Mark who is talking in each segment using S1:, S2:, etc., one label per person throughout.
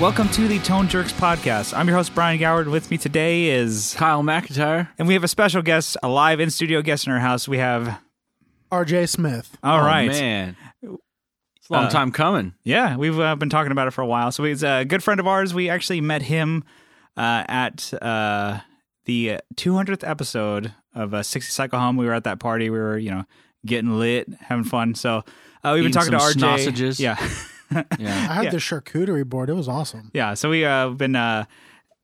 S1: Welcome to the Tone Jerks podcast. I'm your host Brian Goward. and With me today is,
S2: Kyle McIntyre.
S1: and we have a special guest, a live in studio guest in our house. We have,
S3: RJ Smith.
S1: all
S2: All
S1: right,
S2: right, Oh, man, Uh, it's a long time coming.
S1: yeah, we've uh, been talking about it for a while. So he's a good friend of ours. We actually met him uh, at uh, the 200th episode of uh, 60 Cycle Home. We were at that party. We were, you know, getting lit, having fun. So uh, we've been
S2: Eating
S1: talking to
S2: some
S1: RJ.
S2: sausages.
S1: Yeah.
S2: Yeah,
S3: I had the charcuterie board. It was awesome.
S1: Yeah, so we uh, been uh,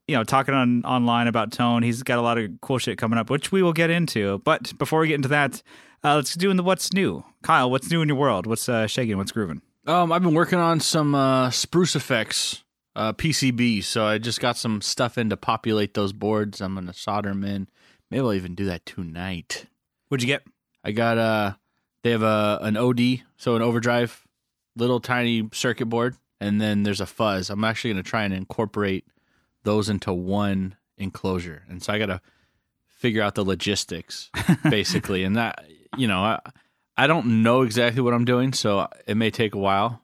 S1: you know talking on online about tone. He's got a lot of cool shit coming up, which we will get into. But before we get into that, uh, let's do in the what's new, Kyle. What's new in your world? What's uh, shaking? What's grooving?
S2: um, I've been working on some uh, spruce effects uh, PCB, so I just got some stuff in to populate those boards. I'm gonna solder them in. Maybe I'll even do that tonight.
S1: What'd you get?
S2: I got uh, they have a an OD, so an overdrive, little tiny circuit board, and then there's a fuzz. I'm actually gonna try and incorporate those into one enclosure, and so I gotta figure out the logistics basically, and that you know I I don't know exactly what I'm doing, so it may take a while.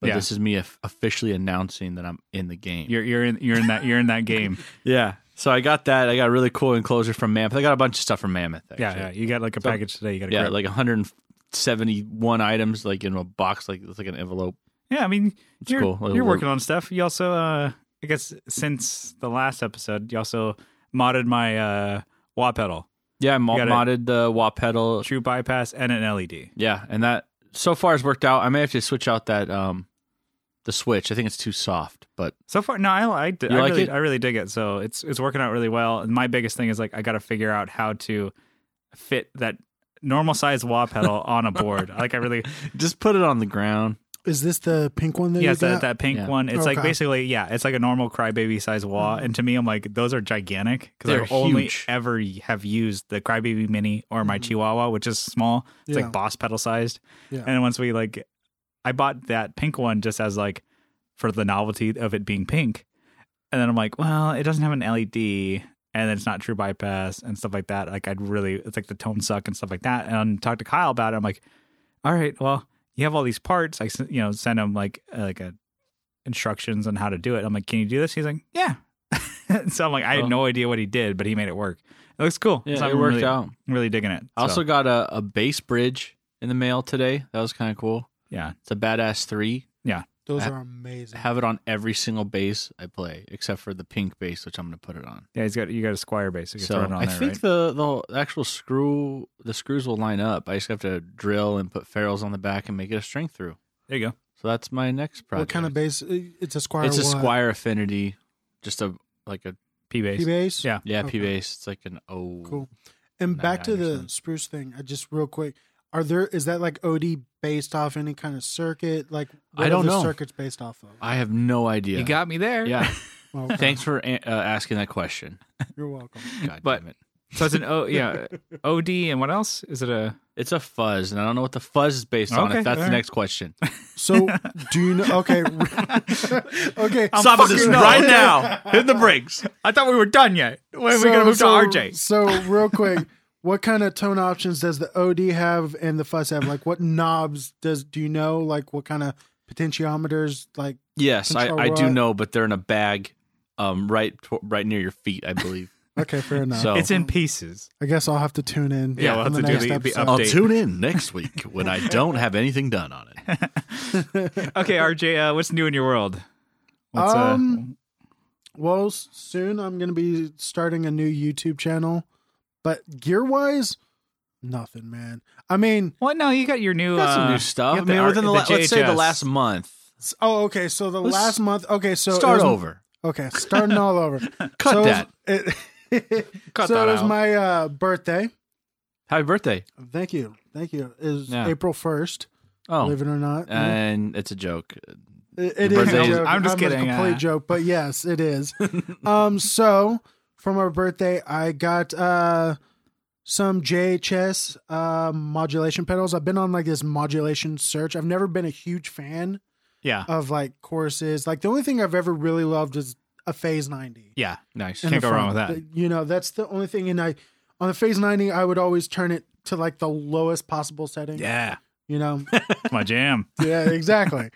S2: But
S1: Yeah.
S2: this is me of- officially announcing that I'm in the game.
S1: You're you're in you're in that you're in that game.
S2: yeah. So I got that. I got a really cool enclosure from Mammoth. I got a bunch of stuff from Mammoth. Actually.
S1: yeah, yeah. You got like a package today. You got a
S2: Yeah,
S1: grip.
S2: like 171 items, like in a box, like it's like an envelope.
S1: yeah. I mean, you're
S2: cool. It'll
S1: you're
S2: work.
S1: working on stuff. You also, uh, I guess, since the last episode, you also modded my uh, wah pedal,
S2: Yeah, I mo-
S1: You got
S2: modded the wah pedal.
S1: true bypass, and an E LED.
S2: Yeah, and that so far has worked out. I may have to switch out that um the switch. I think it's too soft, but
S1: So far, no, I, I, d-
S2: You
S1: I
S2: like
S1: really,
S2: it?
S1: I really dig it. So it's it's working out really well. And my biggest thing is like I got to figure out how to fit that normal size wah pedal on a board. Like I really,
S2: just put it on the ground.
S3: Is this the pink one that
S1: yeah,
S3: you
S1: it's that,
S3: got?
S1: that pink
S2: Yeah.
S1: one. It's like
S3: Okay. Mm.
S1: basically, yeah, it's like a normal crybaby size wah. And to me, I'm like those are gigantic because
S2: They're
S1: I've only
S2: huge.
S1: ever have used the crybaby mini or my Chihuahua, which is small. It's
S3: Mm-hmm. Yeah.
S1: like boss pedal sized.
S3: Yeah.
S1: And once we like, I bought that pink one just as like for the novelty of it being pink. And then I'm like, well, it doesn't have an LED and it's not true bypass and stuff like that. Like, I'd really, it's like the tone suck and stuff like that. And I talked to Kyle about it. I'm like, all right, well, you have all these parts. I, s- you know, send him like, uh, like a instructions on how to do it. I'm like, can you do this? He's like, yeah. so I'm like, I had
S2: Oh.
S1: no idea what he did, but he made it work. It looks cool.
S2: Yeah,
S1: so
S2: it
S1: I'm
S2: worked
S1: really,
S2: out.
S1: Really digging it.
S2: I
S1: So,
S2: also got a, a base bridge in the mail today. That was kind of cool.
S1: yeah,
S2: It's a badass three.
S3: Those
S2: Ha-
S3: are amazing.
S2: Have it on every single bass I play, except for the pink bass, which I'm going to put it on.
S1: yeah. He's got you got a Squire base. You can
S2: So
S1: throw it on
S2: I
S1: there,
S2: think
S1: right?
S2: the the actual screw the screws will line up. I just have to drill and put ferrules on the back and make it a string through.
S1: there you go.
S2: So that's my next project.
S3: what kind of bass? It's a Squire.
S2: It's a
S3: what?
S2: Squire Affinity, just a like a
S1: P base.
S3: P bass.
S1: Yeah.
S2: yeah
S3: Okay.
S2: P bass. It's like an O.
S3: Cool. And
S2: Nah,
S3: back
S2: I
S3: to the
S2: understand.
S3: spruce thing. I just real quick. Are there is that like OD based off any kind of circuit? Like
S2: I
S3: what
S2: don't
S3: are the
S2: know.
S3: circuits based off of?
S2: I have no idea.
S1: You got me there.
S2: yeah.
S3: Well, okay.
S2: Thanks for a- uh, asking that question.
S3: You're welcome.
S2: God
S1: But-
S2: damn it.
S1: So it's an O. Yeah. OD and what else? Is it a?
S2: It's a fuzz, and I don't know what the fuzz is based on.
S1: Okay,
S2: If that's the
S1: alright.
S2: next question,
S3: So do you know? Okay. okay.
S2: stop this
S1: fucking-
S2: right now. Hit the brakes.
S1: I thought we were done yet. When
S3: So- so- So real quick, what kind of tone options does the OD have and the fuzz have? Like what knobs does do you know? Like what kind of potentiometers? Like
S2: Yes, I, I do
S3: Control-Y.
S2: know, but they're in a bag, um, right to- right near your feet, I believe.
S3: okay, fair enough.
S2: So
S1: It's in pieces.
S3: I guess I'll have to tune in.
S1: Yeah, we'll
S3: on
S1: have to do
S3: next
S1: the- the
S3: episode.
S1: up-
S2: I'll
S1: Update.
S2: tune in next week when I don't have anything done on it.
S1: Okay, RJ, uh, what's new in your world? What's, uh,
S3: Um, Well, s- soon I'm going to be starting a new YouTube channel, but gear wise, nothing, man. I mean,
S1: well, no, you got your new.
S2: We got some
S1: uh,
S2: new stuff.
S1: you
S2: I
S1: got
S2: mean, within the,
S1: R-
S2: la- let's say the
S1: JHS.
S2: last month.
S3: s- oh, okay. So the
S2: Let's
S3: last month, okay, so it
S2: Start
S3: was-
S2: over.
S3: Okay, starting all over.
S2: Cut
S3: so
S2: that.
S3: It was, it,
S1: Cut
S3: so
S1: that
S3: it was
S1: out.
S3: my uh, birthday.
S2: Happy birthday!
S3: Thank you, thank you. It was
S2: Yeah.
S3: April first,
S2: Oh,
S3: believe it or not.
S2: and it's a joke.
S3: It- it
S2: Your
S3: is
S2: birthday
S3: a
S2: is-
S3: joke.
S1: Uh, I'm just
S3: A
S1: kidding,
S3: complete
S1: uh.
S3: joke, but yes, it is. um, so for my birthday, I got uh some JHS uh modulation pedals. I've been on like this modulation search. I've never been a huge fan
S1: Yeah,
S3: of like courses. Like the only thing I've ever really loved is a Phase 90.
S1: yeah.
S2: Nice.
S1: Can't
S3: in the
S1: go wrong
S3: front.
S1: with
S3: You know, that's the only thing. And I on the Phase 90, I would always turn it to like the lowest possible setting.
S1: Yeah,
S3: You know,
S1: it's my jam.
S3: yeah, exactly.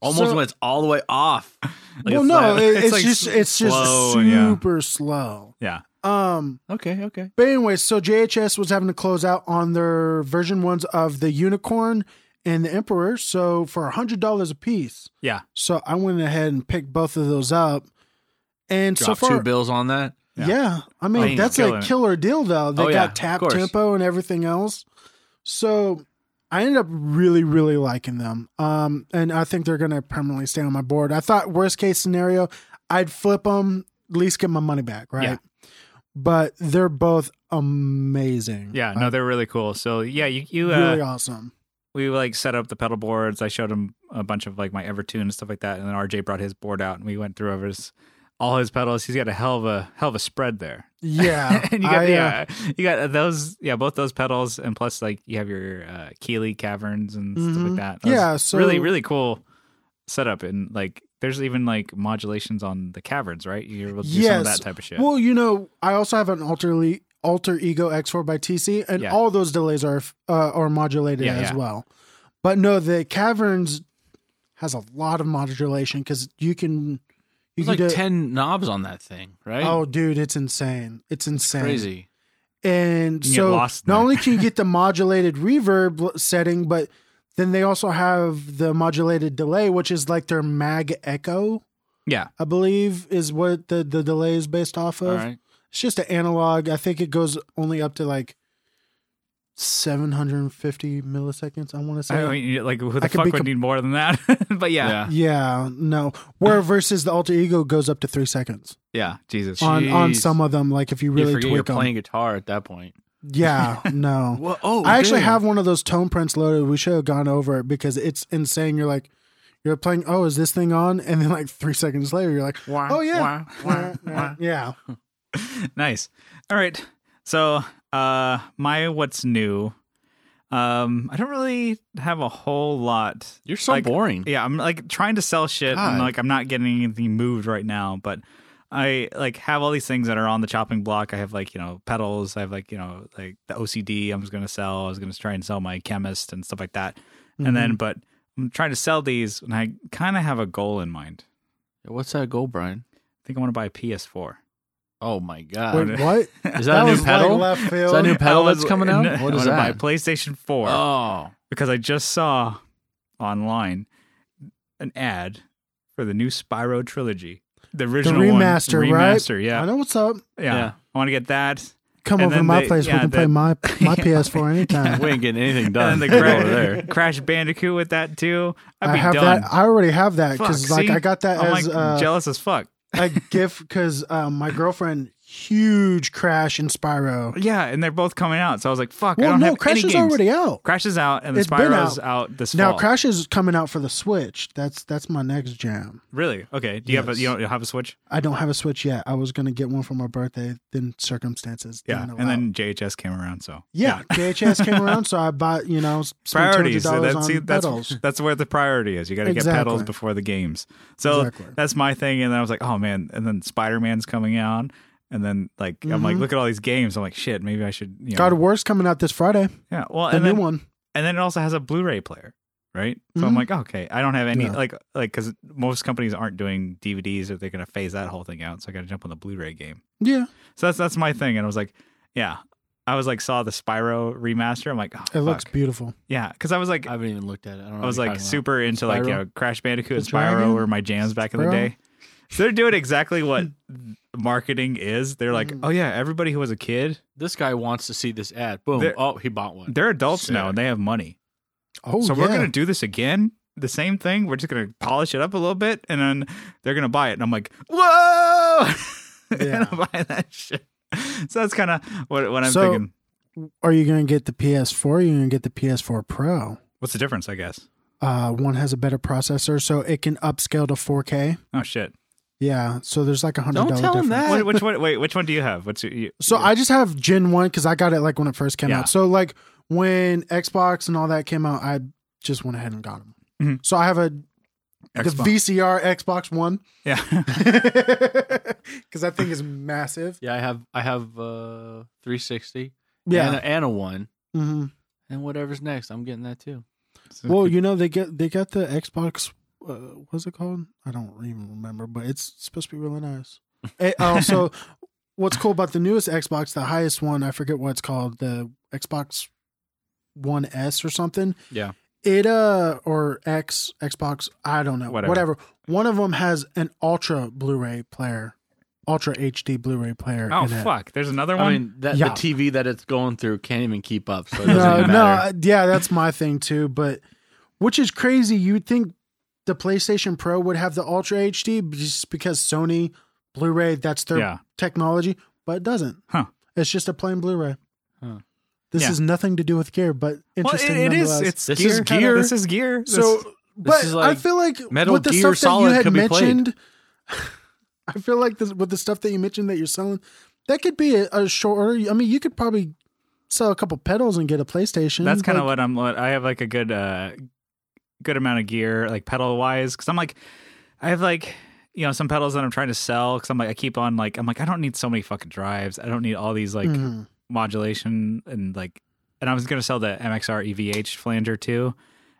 S2: Almost
S3: So-
S2: when it's all the way off.
S1: Like,
S3: well,
S1: it's
S3: no,
S1: like-
S3: it- it's,
S1: it's like
S3: just it's just
S1: slow, yeah.
S3: super slow.
S1: Yeah.
S3: Um,
S2: Okay, okay.
S3: but anyway, so JHS was having to close out on their version ones of the Unicorn and the Emperor, so for a hundred dollars a piece.
S1: Yeah.
S3: So I went ahead and picked both of those up, and
S2: Drop
S3: so far,
S2: two bills on that.
S1: Yeah.
S3: yeah. I mean
S1: Oh, he's
S3: that's
S1: killing
S3: a
S1: it.
S3: killer deal though. They
S2: Oh,
S3: got
S2: yeah, of
S3: tap
S2: course.
S3: tempo and everything else. So I ended up really, really liking them. Um, and I think they're gonna permanently stay on my board. I thought worst case scenario, I'd flip them, at least get my money back, right?
S1: Yeah.
S3: But they're both amazing.
S1: Yeah. No,
S3: Like,
S1: they're really cool. So yeah, you you uh,
S3: really awesome.
S1: we like set up the pedal boards. I showed him a bunch of like my Evertune and stuff like that, and then RJ brought his board out, and we went through over his all his pedals. He's got a hell of a hell of a spread there.
S3: Yeah.
S1: and you got
S3: I, uh,
S1: yeah, you got those yeah both those pedals, and plus like you have your uh, Keeley caverns and stuff
S3: Mhm.
S1: like that. That was
S3: yeah, so
S1: really really cool setup, and like there's even like modulations on the caverns, right? You're able to do some of
S3: Yes.
S1: that type of shit.
S3: Well, you know, I also have an alterly alter ego X4 by TC, and
S1: Yeah.
S3: all those delays are uh, are modulated
S1: Yeah,
S3: as
S1: yeah.
S3: well. But no, the caverns has a lot of modulation because you can you
S2: There's
S3: can
S2: like
S3: do,
S2: ten knobs on that thing, right?
S3: oh, dude, it's insane! It's insane,
S2: crazy.
S3: and
S1: You can
S3: so
S1: get
S3: not
S1: lost in there.
S3: only can you get the modulated reverb l- setting, but then they also have the modulated delay, which is like their mag echo.
S1: Yeah.
S3: I believe is what the the delay is based off of.
S2: All right.
S3: It's just an analog. I think it goes only up to like 750 milliseconds. I want to say.
S2: Oh,
S1: I mean, you- like who the
S3: I could
S1: fuck
S3: be
S1: would
S3: com-
S1: need more than that? but yeah, yeah,
S2: Yeah.
S3: yeah, no. Where versus the alter ego goes up to three seconds
S1: Jesus.
S3: on on
S2: Jeez.
S3: some of them. Like if you
S2: you
S3: really
S2: forget you're
S3: tweak them.
S2: playing guitar at that point.
S3: Yeah, no.
S2: Well, oh,
S3: I actually
S2: dude.
S3: have one of those tone prints loaded. We should have gone over it because it's insane. You're like, you're playing. Oh, is this thing on? And then like three seconds later, you're like,
S2: Wah,
S3: oh yeah,
S2: wah, wah, wah.
S3: yeah.
S1: nice. All right. So, uh, my what's new? Um, I don't really have a whole lot.
S2: You're so
S1: Like,
S2: boring.
S1: Yeah, I'm like trying to sell shit,
S2: God.
S1: and like I'm not getting anything moved right now. But I like have all these things that are on the chopping block. I have like you know pedals. I have like you know like the OCD. I was gonna sell. I was gonna try and sell my chemist and stuff like that. And
S2: Mm-hmm.
S1: then, but I'm trying to sell these, and I kind of have a goal in mind.
S2: What's that goal, Brian?
S1: I think I want to buy a PS4.
S2: Oh my god.
S3: Wait, what?
S2: is
S3: that
S2: that, a
S3: was
S2: new
S3: like
S2: pedal?
S3: left
S2: is that a new
S3: field.
S2: pedal
S1: I
S2: that's
S1: was-
S2: coming
S1: no,
S2: out? What
S1: I
S2: is
S1: wanna buy a
S2: that?
S1: PlayStation 4
S2: Oh.
S1: because I just saw online an ad for the new Spyro trilogy, the original one.
S3: remaster, right?
S1: remaster, Yeah,
S3: I know what's up.
S1: yeah,
S2: Yeah.
S1: I want to get that.
S3: Come
S1: And
S3: over to
S1: then
S3: my
S1: they-
S3: place.
S1: yeah,
S3: we can
S1: the-
S3: play my my PS4 anytime.
S2: We ain't getting anything done
S1: And then the
S2: Uh, over
S1: Cra-
S2: there.
S1: Crash Bandicoot with that too. I'd
S3: I
S1: be
S3: have
S1: done.
S3: that. I already have that because
S1: Fuck,
S3: like
S1: see?
S3: I got that
S1: I'm
S3: as
S1: like
S3: uh,
S1: jealous as fuck.
S3: a gift because um, my girlfriend huge Crash and Spyro.
S1: Yeah, and they're both coming out, so I was like, "Fuck!" I
S3: Well,
S1: don't
S3: no,
S1: have
S3: Crash
S1: any
S3: is
S1: games.
S3: already out.
S1: Crash is out, and the
S3: It's been
S1: Spyro's
S3: out.
S1: out. this
S3: Now
S1: fall.
S3: Crash is coming out for the Switch. That's that's my next jam.
S1: really? Okay. Do you have a
S3: Yes.
S1: you don't have a Switch?
S3: I don't have a Switch yet. I was gonna get one for my birthday, then circumstances.
S1: Yeah,
S3: didn't
S1: and
S3: allow.
S1: then JHS came around, so
S3: yeah, JHS came around, so I bought you know spent
S1: priorities.
S3: $200
S1: That's,
S3: on
S1: see, that's,
S3: pedals.
S1: that's where the priority is. You got to get pedals
S3: Exactly.
S1: before the games. So
S3: Exactly.
S1: that's my thing. And then I was like, oh man. And then Spider Man's coming out. And then like I'm like,
S3: Mhm.
S1: look at all these games. I'm like, shit. Maybe I should. You know.
S3: God of War's coming out this Friday.
S1: Yeah. Well,
S3: The
S1: and
S3: new
S1: then
S3: one.
S1: and then it also has a Blu-ray player, right? So I'm
S3: Mhm.
S1: like, okay, I don't have any
S3: Yeah.
S1: like like because most companies aren't doing DVDs or they're gonna phase that whole thing out. So I got to jump on the Blu-ray game.
S3: Yeah,
S1: So that's that's my thing. And I was like, yeah. I was like, saw the Spyro remaster. I'm like, oh,
S3: it looks
S1: fuck.
S3: beautiful.
S1: yeah, because I was like,
S2: I haven't even looked at it. I don't
S3: Oh,
S2: know.
S1: I was
S2: what you're
S1: like
S2: talking
S1: super into like you
S2: Spyro?
S1: know, Crash Bandicoot and
S3: The
S1: Spyro
S3: Dragon?
S1: were my jams back in the
S3: Spyro? Hmm.
S1: day. So they're doing exactly what marketing is. They're like, oh yeah, everybody who was a kid,
S2: about. This guy wants to see this ad. Boom.
S1: There-
S2: oh, he bought one.
S1: they're adults now
S2: Sick.
S1: and they have money.
S3: Oh,
S1: so
S3: yeah.
S1: we're gonna do this again, the same thing. We're just gonna polish it up a little bit, and then they're gonna buy it. And I'm like, whoa,
S3: Yeah.
S1: and I buy that shit. So that's kind of what what I'm
S3: So-
S1: thinking.
S3: Are you going to get the PS4? Or are you going to get the PS4 Pro?
S1: What's the difference? I guess.
S3: Uh, one has a better processor, so it can upscale to 4K.
S1: Oh shit.
S3: Yeah, so there's like a hundred
S2: Don't
S3: dollar
S2: tell
S3: difference.
S2: him that.
S1: What, which one? Wait, which one do you have? What's your, you,
S3: So I just have Gen One because I got it like when it first came
S1: Yeah.
S3: out. So like when Xbox and all that came out, I just went ahead and got them.
S1: Mhm.
S3: So I have a
S1: Xbox.
S3: the VCR Xbox One
S1: yeah.
S3: because that thing is massive.
S2: Yeah, I have I have uh 360 and,
S3: Yeah.
S2: a, and a one
S3: hmm
S2: and whatever's next, I'm getting that too.
S3: Well, you know they get they got the Xbox uh, what's it called? I don't even remember, but it's supposed to be really nice. It also, what's cool about the newest Xbox, the highest one, I forget what it's called, the Xbox One S or something.
S2: Yeah.
S3: It uh or X Xbox, I don't know,
S1: Whatever.
S3: whatever. One of them has an Ultra Blu-ray player, Ultra HD Blu-ray player.
S1: Oh
S3: in it.
S1: fuck! There's another
S2: I
S1: one.
S2: mean, that, the
S3: Yeah.
S2: TV that it's going through can't even keep up. So it doesn't
S3: no,
S2: even
S3: no,
S2: matter.
S3: uh, yeah, that's my thing too. But which is crazy. You'd think the PlayStation Pro would have the Ultra HD just because Sony Blu-ray that's their
S1: Yeah.
S3: technology, but it doesn't.
S1: Huh.
S3: It's just a plain Blu-ray.
S2: Huh.
S3: This
S1: Yeah.
S3: has nothing to do with gear, but
S1: well,
S3: interesting.
S1: it- it is.
S3: nonetheless.
S1: It's
S2: This
S1: gear.
S2: is gear.
S1: This is gear. This-
S3: so, but
S2: is
S3: I
S2: like
S3: feel like
S2: Metal
S3: with the
S2: Gear
S3: stuff that
S2: Solid
S3: you had
S2: could be played.
S3: mentioned, I feel like this, with the stuff that you mentioned that you're selling, that could be a, a shorter. I mean, you could probably sell a couple pedals and get a PlayStation.
S1: that's kind
S3: like-
S1: of what I'm. What I have like a good, uh good amount of gear, like pedal wise, because I'm like, I have like, you know, some pedals that I'm trying to sell because I'm like, I keep on like, I'm like, I don't need so many fucking drives. I don't need all these like
S3: Mhm.
S1: modulation and like, and I was gonna sell the MXR EVH E flanger too,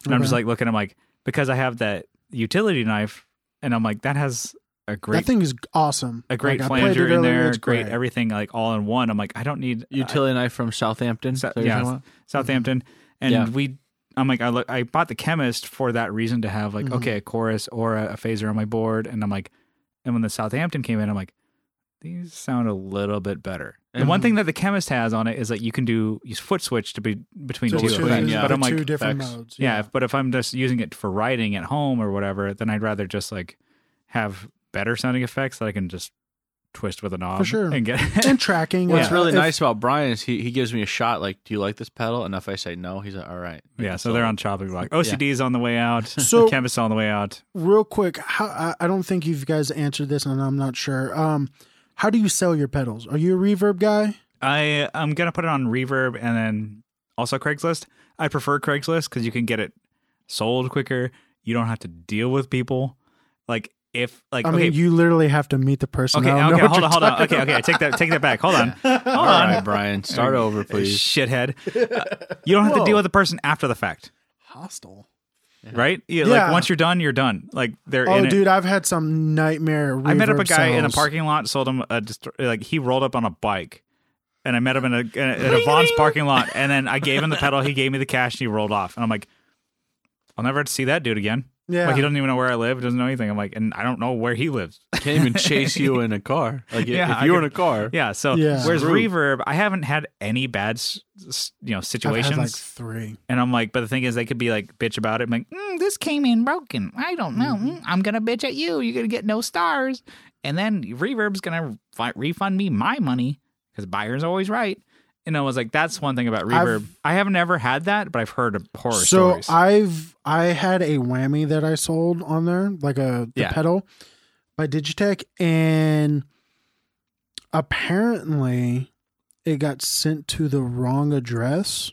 S1: and I'm just
S3: Okay.
S1: like looking. I'm like, because I have that utility knife, and I'm like, that has a
S3: that
S1: great
S3: thing is awesome.
S1: a great
S3: Like, I played
S1: flanger
S3: it
S1: in
S3: earlier,
S1: there,
S3: it's
S1: great, everything like all in one. I'm like, I don't need
S2: Utility knife from Southampton. Is
S1: So-
S2: that what you're
S1: yeah.
S2: talking about?
S1: Southampton, and
S2: Mm-hmm. Yeah.
S1: we. I'm like, I look, I bought the chemist for that reason to have like,
S2: Mm-hmm.
S3: Mhm.
S1: okay, a chorus or a, a phaser on my board, and I'm like, and when the Southampton came in, I'm like, these sound a little bit better. And
S2: Mm-hmm.
S1: one
S3: Mhm.
S1: thing that the chemist has on it is that you can do use foot switch to be between
S3: So
S1: two
S3: it's
S2: two
S1: effects.
S2: things,
S1: But
S2: yeah.
S1: I'm like,
S3: two different
S2: effects.
S3: modes.
S1: yeah, if- but if I'm just using it for writing at home or whatever, then I'd rather just like have better sounding effects that I can just twist with a knob
S3: sure.
S1: and get
S3: and tracking.
S2: What's
S3: uh,
S2: really
S3: if-
S2: nice about Brian is he, he gives me a shot like, do you like this pedal? And if I say no, he's like, all right.
S1: Yeah, so they're on chopping block. OCD's on the way out.
S3: So-
S1: chemist on the way out.
S3: Real quick, how, I, I don't think you guys answered this, and I'm not sure. Um, how do you sell your pedals? Are you a reverb guy?
S1: I I'm gonna put it on Reverb and then also Craigslist. I prefer Craigslist because you can get it sold quicker. You don't have to deal with people. Like if like
S3: I
S1: okay
S3: mean, you literally have to meet the person.
S1: okay
S3: I don't
S1: okay
S3: know what
S1: hold on
S3: you're
S1: hold on
S3: talking
S1: okay okay take that take that back hold on hold
S2: All
S1: on
S2: right, Brian, start over, please.
S1: shithead. Uh, you don't have to
S3: Whoa.
S1: deal with the person after the fact,
S3: Hostile.
S1: right? Yeah,
S3: Yeah.
S1: Like once you're done, you're done. Like they're
S3: Oh,
S1: in it.
S3: dude, I've had some nightmare. Reverb
S1: I met up a guy in a
S3: sales.
S1: parking lot, sold him a dist- like he rolled up on a bike, and I met him in a in a, in a Vaughn's parking lot, and then I gave him the pedal, he gave me the cash, and he rolled off, and I'm like, I'll never have to see that dude again.
S3: Yeah.
S1: Like he doesn't even know where I live, doesn't know anything. I'm like, and I don't know where he lives.
S2: Can't even chase you in a car. Like if-
S1: Yeah,
S2: if
S1: I
S2: you were in
S1: could-
S2: a car,
S1: Yeah. So
S3: Yeah.
S1: whereas
S2: Screwed.
S1: reverb, I haven't had any bad s- s- you know
S3: I've
S1: situations,
S3: had like three.
S1: and I'm like, but the thing is, they could be like bitch about it, I'm like mm, this came in broken. I don't know. Mm, I'm gonna bitch at you. You're gonna get no stars, and then reverb's gonna fi- refund me my money because buyer's always right. And I was like, that's one thing about reverb.
S3: I've-
S1: I have never had that, but I've heard of horror
S3: so
S1: stories.
S3: I've I had a whammy that I sold on there, like a the
S2: Yeah.
S3: pedal by Digitech, and apparently it got sent to the wrong address.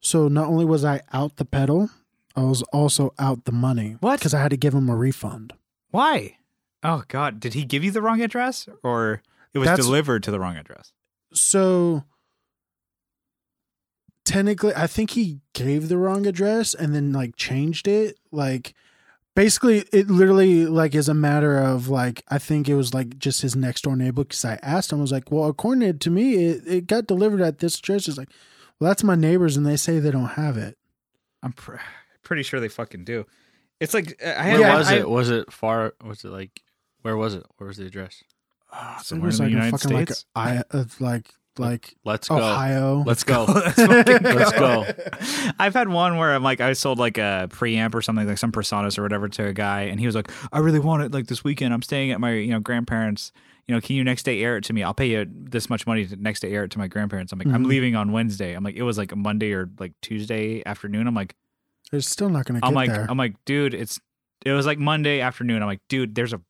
S3: So not only was I out the pedal, I was also out the money.
S1: What?
S3: Because I had to give him a refund.
S1: Why? Oh God, did he give you the wrong address, or it was
S3: That's-
S1: delivered to the wrong address?
S3: So technically, I think he gave the wrong address and then like changed it. Like basically, it literally like is a matter of like I think it was like just his next door neighbor because I asked him. I was like, well, according to me, it, it got delivered at this address. He's like, well, that's my neighbors, and they say they don't have it.
S1: I'm pr- pretty sure they fucking do. It's like uh, I
S2: where
S1: had
S3: Yeah,
S2: was
S1: I-
S2: it? Was it far? Was it like, where was it? Where was the address?
S3: Uh,
S1: Somewhere in the United States?
S3: like I of like like
S2: Let's go.
S3: Ohio.
S2: Let's go.
S1: Let's fucking go.
S2: Let's go.
S1: I've had one where I'm like, I sold like a preamp or something, like some personas or whatever to a guy, and he was like, I really want it like this weekend. I'm staying at my, you know, grandparents. You know, can you next day air it to me? I'll pay you this much money to next day air it to my grandparents. I'm like, I'm
S3: Mhm.
S1: leaving on Wednesday. I'm like, it was like a Monday or like Tuesday afternoon. I'm like,
S3: It's still not going to get
S1: I'm like,
S3: there.
S1: I'm like, dude, it's it was like Monday afternoon. I'm like, dude, there's a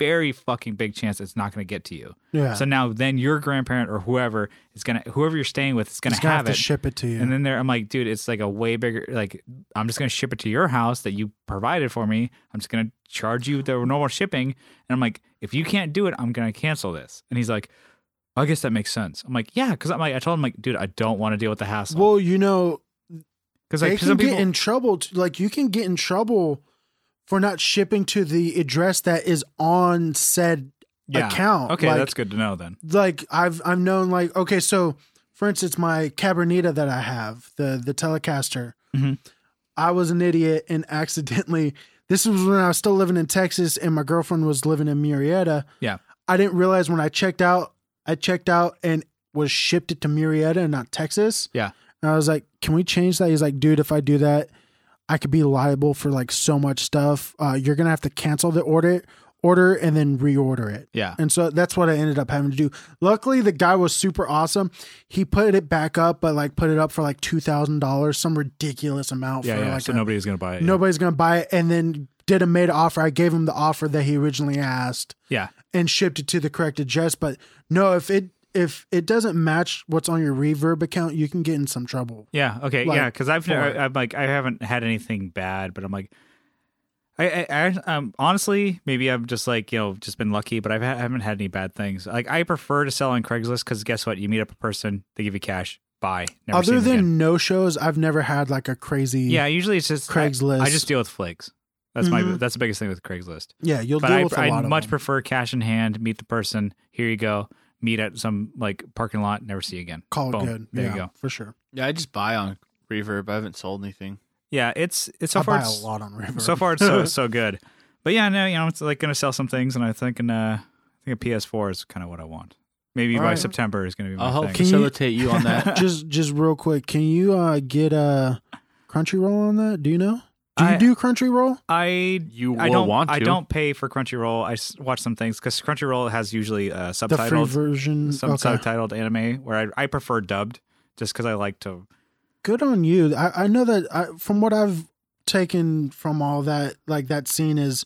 S1: very fucking big chance it's not going to get to you.
S3: yeah,
S1: So now then your grandparent or whoever is gonna whoever you're staying with is gonna
S3: Just gonna
S1: have
S3: to
S1: it.
S3: ship it to you.
S1: And then there, I'm like, dude, it's like a way bigger. Like, I'm just gonna ship it to your house that you provided for me. I'm just gonna charge you the normal shipping. And I'm like, if you can't do it, I'm gonna cancel this. And he's like, I guess that makes sense. I'm like, yeah, because I'm like, I told him like, dude, I don't want to deal with the hassle.
S3: well, you know,
S1: Because
S3: they
S1: like
S3: can
S1: some
S3: get
S1: people,
S3: in trouble. t- like you can get in trouble for not shipping to the address that is on said
S1: Yeah.
S3: account.
S1: Okay,
S3: Like-
S1: that's good to know then.
S3: Like I've I've known like okay, so for instance, my Cabernita that I have the the Telecaster,
S1: Mhm.
S3: I was an idiot and accidentally. This was when I was still living in Texas and my girlfriend was living in Murrieta.
S1: Yeah.
S3: I didn't realize when I checked out, I checked out and was shipped it to Murrieta and not Texas.
S2: Yeah.
S3: And I was like, can we change that? He's like, dude, if I do that, I could be liable for like so much stuff. Uh, you're gonna have to cancel the order order and then reorder it.
S2: Yeah.
S3: And so that's what I ended up having to do. Luckily the guy was super awesome. He put it back up, but like put it up for like two thousand dollars, some ridiculous amount
S1: Yeah,
S3: for
S1: yeah.
S3: like
S1: so
S3: a-
S1: nobody's gonna buy it. yeah.
S3: nobody's gonna buy it and then did a made offer. I gave him the offer that he originally asked
S1: Yeah.
S3: and shipped it to the correct address. But no, if it if it doesn't match what's on your reverb account, you can get in some trouble.
S1: Yeah. Okay.
S3: like,
S1: yeah. Because I've
S3: for it.
S1: I, I'm like I haven't had anything bad, but I'm like, I I, I um, honestly maybe I've just like you know just been lucky, but I've ha- haven't had any bad things. Like I prefer to sell on Craigslist because guess what? You meet up a person, they give you cash, buy. Never see
S3: Other
S1: them
S3: than
S1: again.
S3: no shows, I've never had like a crazy
S1: yeah, usually it's just I-
S3: Craigslist.
S1: I, just deal with flakes. That's my
S3: Mhm.
S1: that's the biggest thing with Craigslist.
S3: yeah. You'll
S1: But
S3: deal
S1: I,
S3: with a
S1: I
S3: lot
S1: much
S3: of them.
S1: prefer cash in hand. Meet the person. Here you go. Meet at some like parking lot. Never see you again.
S3: call
S1: Boom.
S3: it good.
S1: There
S3: yeah,
S1: you go.
S3: for sure.
S2: Yeah, I just buy on Reverb. I haven't sold anything.
S1: Yeah, it's it's so
S3: I
S1: far
S3: buy a
S1: it's-
S3: lot on Reverb.
S1: so far it's so so good. But yeah, no, you know, it's like gonna sell some things, and I think in, uh, I think a PS4 is kind of what I want. Maybe
S2: All
S1: by
S2: right.
S1: September is gonna be my
S2: I'll help
S1: thing.
S3: Can you-
S2: facilitate you, on that.
S3: just just real quick, can you uh, get a Crunchyroll on that? Do you know? Do you
S1: I-
S3: do Crunchyroll?
S1: I
S2: You will
S1: I don't
S2: want to.
S1: I don't pay for Crunchyroll. I s- watch some things because Crunchyroll has usually uh,
S3: The free
S1: subtitled
S3: version.
S1: some
S3: okay.
S1: subtitled anime where I I prefer dubbed just because I like to.
S3: good on you i, I know that I, from what i've taken from all that like that scene is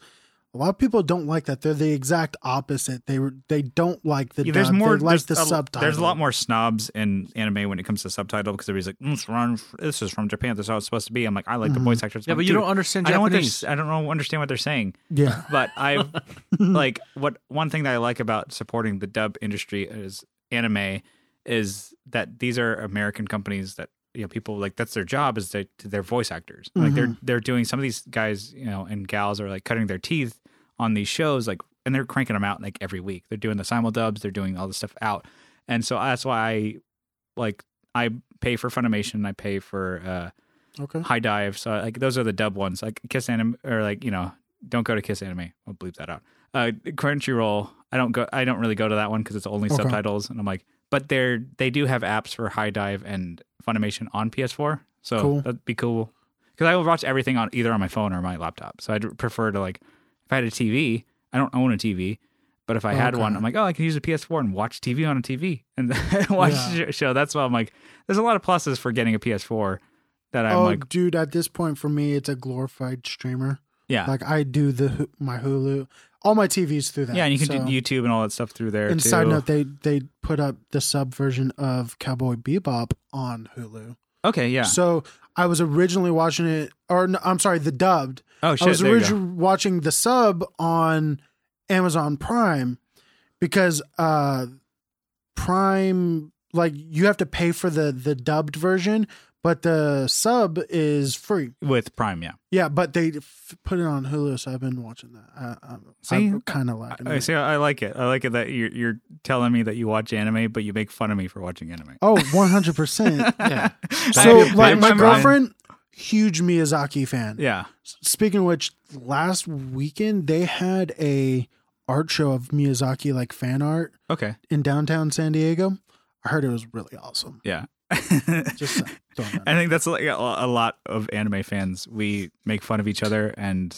S3: a lot of people don't like that they're the exact opposite they were they don't like the
S1: Yeah, there's
S3: dub.
S1: more
S3: they like
S1: there's
S3: the
S1: a,
S3: subtitle
S1: There's a lot more snobs in anime when it comes to subtitle because everybody's like, mm, it's run- this is from Japan. This is how it's supposed to be. I'm like, I like the
S3: Mhm.
S1: voice actors.
S2: yeah,
S1: I'm
S2: but
S1: like,
S2: you
S1: "Dude,
S2: don't understand
S1: I don't, want their-
S2: Japanese.
S1: I don't know, understand what they're saying.
S3: yeah
S1: but I like what one thing that I like about supporting the dub industry is anime is that these are American companies that you know people like that's their job is they they're voice actors like they're they're doing some of these guys you know and gals are like cutting their teeth on these shows like and they're cranking them out like every week they're doing the simul dubs they're doing all this stuff out and so that's why I like I pay for Funimation I pay for uh
S3: okay
S1: High Dive. So like those are the dub ones. Like Kiss Anime or like, you know, don't go to Kiss Anime. I'll bleep that out. Uh Crunchyroll, I don't go I don't really go to that one because it's only
S3: Okay.
S1: subtitles and I'm like but they're they do have apps for High Dive and Funimation on PS4. So
S3: Cool.
S1: that'd be cool. Because I will watch everything on either on my phone or my laptop. So I'd prefer to like if I had a TV, I don't own a TV, but if I had
S3: Okay.
S1: one, I'm like, oh, I can use a PS4 and watch TV on a TV and watch
S3: Yeah.
S1: the show. That's why I'm like, there's a lot of pluses for getting a PS4 that I'm
S3: oh
S1: like,
S3: dude at this point for me it's a glorified streamer
S1: yeah,
S3: like i do the Hu- my hulu all my tvs through that
S1: Yeah, and you can
S3: so-
S1: do YouTube and all that stuff through there.
S3: and
S1: too.
S3: side note they they put up the sub version of cowboy bebop on hulu
S1: okay, yeah.
S3: so i was originally watching it or no, i'm sorry the dubbed
S1: oh
S3: I was
S1: shit, there you go.
S3: originally watching the sub on Amazon Prime because uh Prime like you have to pay for the the dubbed version, but the sub is free.
S1: with Prime. Yeah,
S3: Yeah, but they f- put it on Hulu, so I've been watching that. I, I'm,
S1: See?
S3: I'm kind of liking
S1: I
S3: it.
S1: see. I like it. I like it that you're you're telling me that you watch anime, but you make fun of me for watching anime.
S3: Oh, 100 percent.
S2: Yeah.
S3: So
S1: Back- back
S3: like my
S1: to Prime.
S3: girlfriend, huge Miyazaki fan.
S1: Yeah.
S3: Speaking of which, last weekend they had a art show of Miyazaki like fan art.
S1: Okay.
S3: in downtown San Diego. I heard it was really awesome.
S1: Yeah.
S3: Just throwing that
S1: I think that's like a a lot of anime fans. We make fun of each other and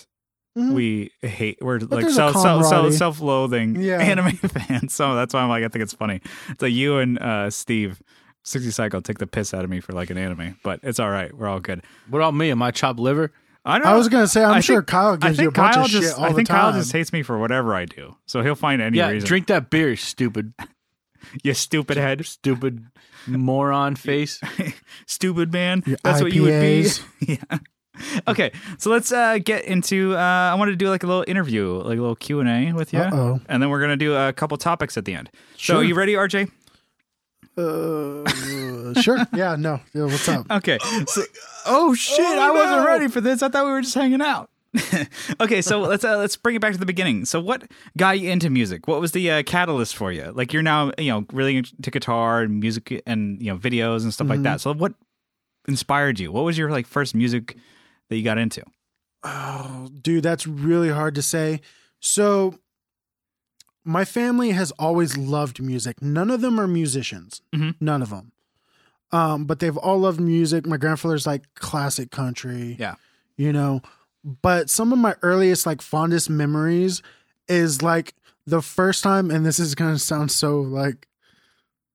S3: Mhm.
S1: we hate. We're like
S3: there's a
S1: self self self
S3: camaraderie.
S1: self loathing
S3: Yeah.
S1: anime fans. So that's why I'm like, I think it's funny. So you and uh, Steve, sixty cycle, take the piss out of me for like an anime, but it's all right. We're all good.
S2: What about me? Am I chopped liver?
S1: I don't.
S3: I was gonna say, I'm
S1: I
S3: sure
S1: think-
S3: Kyle
S1: I
S3: gives you a
S1: think
S3: bunch
S1: Kyle
S3: of shit
S1: just.
S3: all
S1: I
S3: the
S1: think
S3: time.
S1: Kyle just hates me for whatever I do, so he'll find any
S2: Yeah,
S1: reason.
S2: drink that beer, you stupid,
S1: you stupid head,
S2: stupid moron face.
S1: stupid man.
S3: Your
S1: That's what you would be.
S3: IPAs.
S1: yeah. Okay, so let's uh, get into. Uh, I wanted to do like a little interview, like a little Q and A with you,
S3: Uh-oh.
S1: and then we're gonna do a couple topics at the end. So
S3: Sure.
S1: you ready, RJ?
S3: Uh, sure. Yeah. No. Yeah, what's up?
S1: oh,
S3: Oh,
S1: Okay. so- oh shit! I wasn't ready for this. I thought we were just hanging out. okay, so let's uh, let's bring it back to the beginning. So, what got you into music? What was the uh, catalyst for you? Like, you're now you know really into guitar and music and you know videos and stuff like that.
S3: Mm-hmm.
S1: So, what inspired you? What was your like first music that you got into?
S3: Oh, dude, that's really hard to say. So, my family has always loved music. None of them are musicians.
S1: Mhm.
S3: None of them. Um, but they've all loved music. My grandfather's like classic country.
S1: Yeah.
S3: You know, but some of my earliest, like fondest memories is like the first time, and this is going to sound so like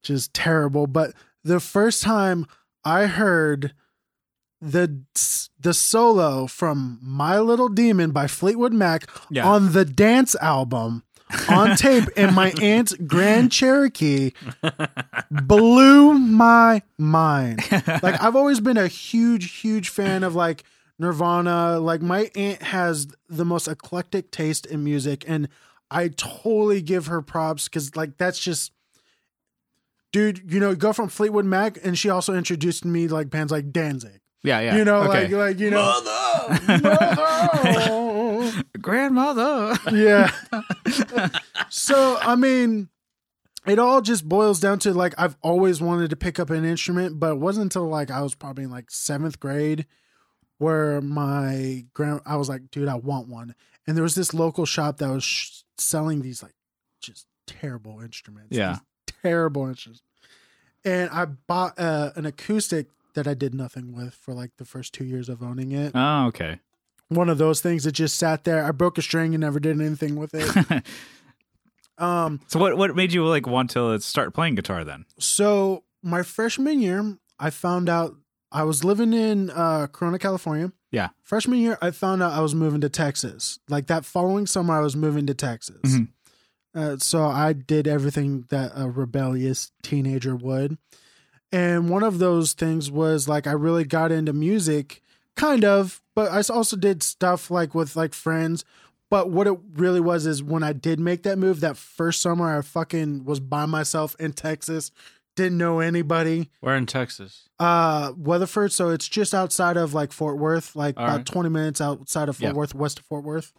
S3: just terrible, but the first time I heard the the solo from My Little Demon by Fleetwood Mac
S1: Yeah.
S3: on the dance album on tape in my aunt's Grand Cherokee blew my mind. Like I've always been a huge huge fan of like Nirvana. Like my aunt has the most eclectic taste in music and I totally give her props cuz like that's just dude, you know, go from Fleetwood Mac and she also introduced me like bands like Danzig.
S2: Yeah, yeah.
S3: You know,
S2: okay.
S3: like like you know Oh, Mother!
S1: Grandmother.
S3: yeah. so I mean, it all just boils down to like I've always wanted to pick up an instrument, but it wasn't until like I was probably in like seventh grade where my grand I was like, dude, I want one, and there was this local shop that was sh- selling these like just terrible instruments.
S2: Yeah.
S3: These terrible instruments. And I bought uh, an acoustic that I did nothing with for like the first two years of owning it
S1: oh, okay.
S3: one of those things that just sat there. I broke a string and never did anything with it. um,
S1: So, what what made you like want to start playing guitar then?
S3: so my freshman year, I found out I was living in uh, Corona, California.
S1: Yeah.
S3: Freshman year, I found out I was moving to Texas. Like that following summer, I was moving to Texas.
S1: Mhm.
S3: Uh, so I did everything that a rebellious teenager would. And one of those things was like I really got into music, kind of, but I also did stuff like with like friends. But what it really was is when I did make that move that first summer, I fucking was by myself in Texas, didn't know anybody.
S2: We're in Texas.
S3: Uh, Weatherford, so it's just outside of like Fort Worth, like
S2: All
S3: about
S2: right.
S3: 20 minutes outside of Fort
S2: Yeah.
S3: Worth, west of Fort Worth.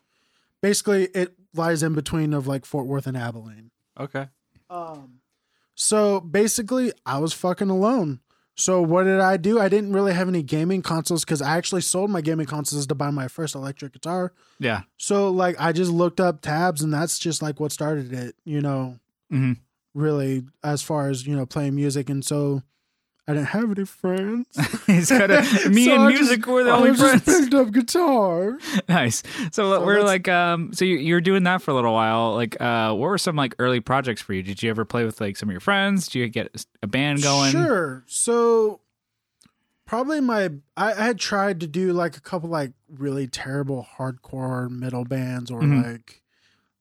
S3: Basically, it lies in between of like Fort Worth and Abilene.
S2: Okay.
S3: Um, so basically, I was fucking alone. So what did I do? I didn't really have any gaming consoles because I actually sold my gaming consoles to buy my first electric guitar.
S1: Yeah.
S3: So like, I just looked up tabs, and that's just like what started it. You know,
S1: Mhm.
S3: really, as far as you know, playing music, and so. I didn't have any friends.
S1: He's kinda, me
S3: So
S1: and
S3: I just-
S1: music were the
S3: I
S1: only friends.
S3: just picked up guitar.
S1: nice. So,
S3: So
S1: we're
S3: that's-
S1: like, um, so you, you were doing that for a little while. Like, uh, what were some like early projects for you? Did you ever play with like some of your friends? Did you get a band going?
S3: Sure. So probably my I, I had tried to do like a couple like really terrible hardcore metal bands or
S1: Mhm.
S3: like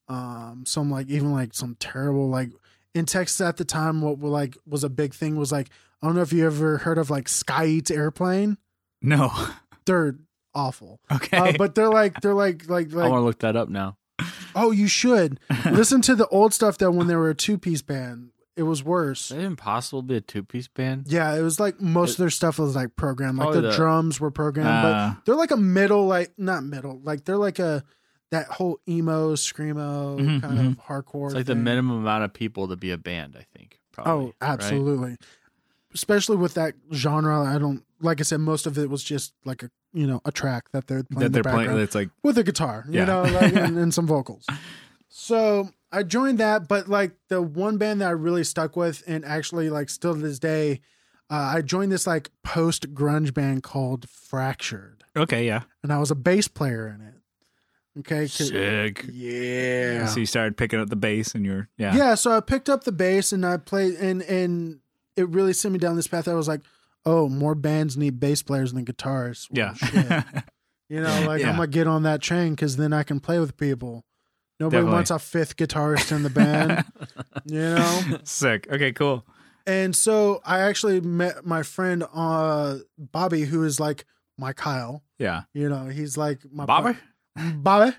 S3: um some like even like some terrible like in Texas at the time what were like was a big thing was like I don't know if you ever heard of like Sky Eats Airplane.
S1: No.
S3: They're awful.
S1: Okay.
S3: Uh, but they're like they're like like
S2: I
S3: like
S2: want to look that up now.
S3: oh you should listen to the old stuff that when they were a two piece band it was worse.
S2: Is it impossible to be a two piece band?
S3: Yeah, it was like most of their stuff was like programmed. Like
S2: Probably
S3: the
S2: the- Ah.
S3: drums were programmed,
S1: Uh.
S3: but they're like a middle, like not middle, like they're like a that whole emo screamo
S1: Mhm,
S3: kind of hardcore.
S2: Mm-hmm, It's like the
S3: thing.
S2: minimum amount of people to be a band, I think. Probably,
S3: Oh,
S2: right?
S3: absolutely. Especially with that genre, I don't like. I said most of it was just like a you know a track that they're playing. in
S1: that
S3: the
S1: they're playing.
S3: background
S1: That's like,
S3: with a guitar, you
S1: Yeah.
S3: know, like, and, and some vocals. So I joined that, but like the one band that I really stuck with, and actually like still to this day, uh, I joined this like post grunge band called Fractured,
S1: okay, yeah.
S3: and I was a bass player in it. Okay, 'cause-
S2: Sick.
S3: yeah,
S1: So you started picking up the bass and you're, yeah.
S3: yeah. So I picked up the bass and I played, and and it really sent me down this path. I was like, oh, more bands need bass players than guitarists. Well,
S1: Yeah.
S3: Oh, shit. You know, like
S1: Yeah.
S3: I'm gonna get on that train because then I can play with people. Nobody
S1: Definitely.
S3: wants a fifth guitarist in the band, you know.
S1: Sick. Okay, cool.
S3: And so I actually met my friend uh Bobby, who is like my Kyle.
S1: Yeah.
S3: You know, he's like my
S1: Bobby?
S3: Bobby,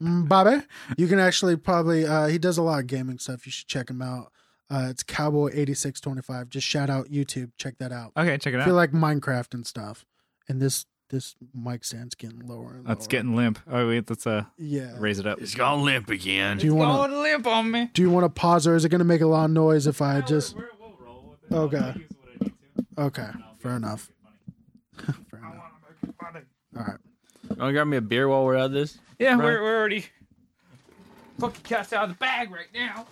S3: Mm, Bobby. You can actually probably uh he does a lot of gaming stuff. You should check him out. Uh It's Cowboy eighty
S1: Oh,
S3: six twenty five. Just shout out YouTube. Check that out.
S1: Okay, check it
S3: I
S1: out.
S3: feel like Minecraft and stuff. And this this mic stand's getting lower and lower.
S1: That's getting limp. Oh wait, let's uh
S3: yeah.
S1: raise it up.
S2: It's gone limp again.
S3: Do you want to
S1: going limp on me.
S3: do you want to pause or is it going to make a lot of noise if I just Okay. Okay, fair enough. fair enough. All right.
S2: You want to grab me a beer while we're at this?
S1: Yeah, we're, we're already fucking cast out of the bag right now.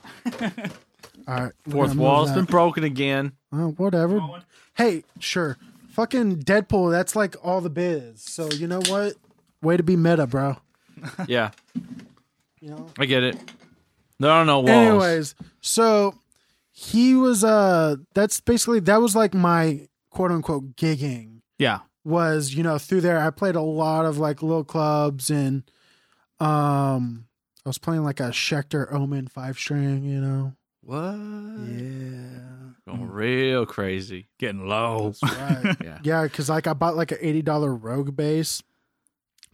S3: All right. we're
S2: Fourth
S3: gonna move
S2: wall's
S3: that.
S2: been broken again.
S3: Uh, whatever. Hey, sure. Fucking Deadpool, that's like all the biz. So, you know what? Way to be meta, bro.
S2: Yeah,
S3: You know?
S2: I get it. There are no walls.
S3: Anyways, so he was uh that's basically that was like my quote unquote gigging
S1: Yeah.
S3: was, you know, through there I played a lot of like little clubs and um I was playing like a Schecter Omen five string, you know.
S2: what?
S3: Yeah.
S2: Going real crazy.
S1: Getting low.
S3: That's right.
S2: Yeah.
S3: yeah, because like I bought like an eighty dollar rogue bass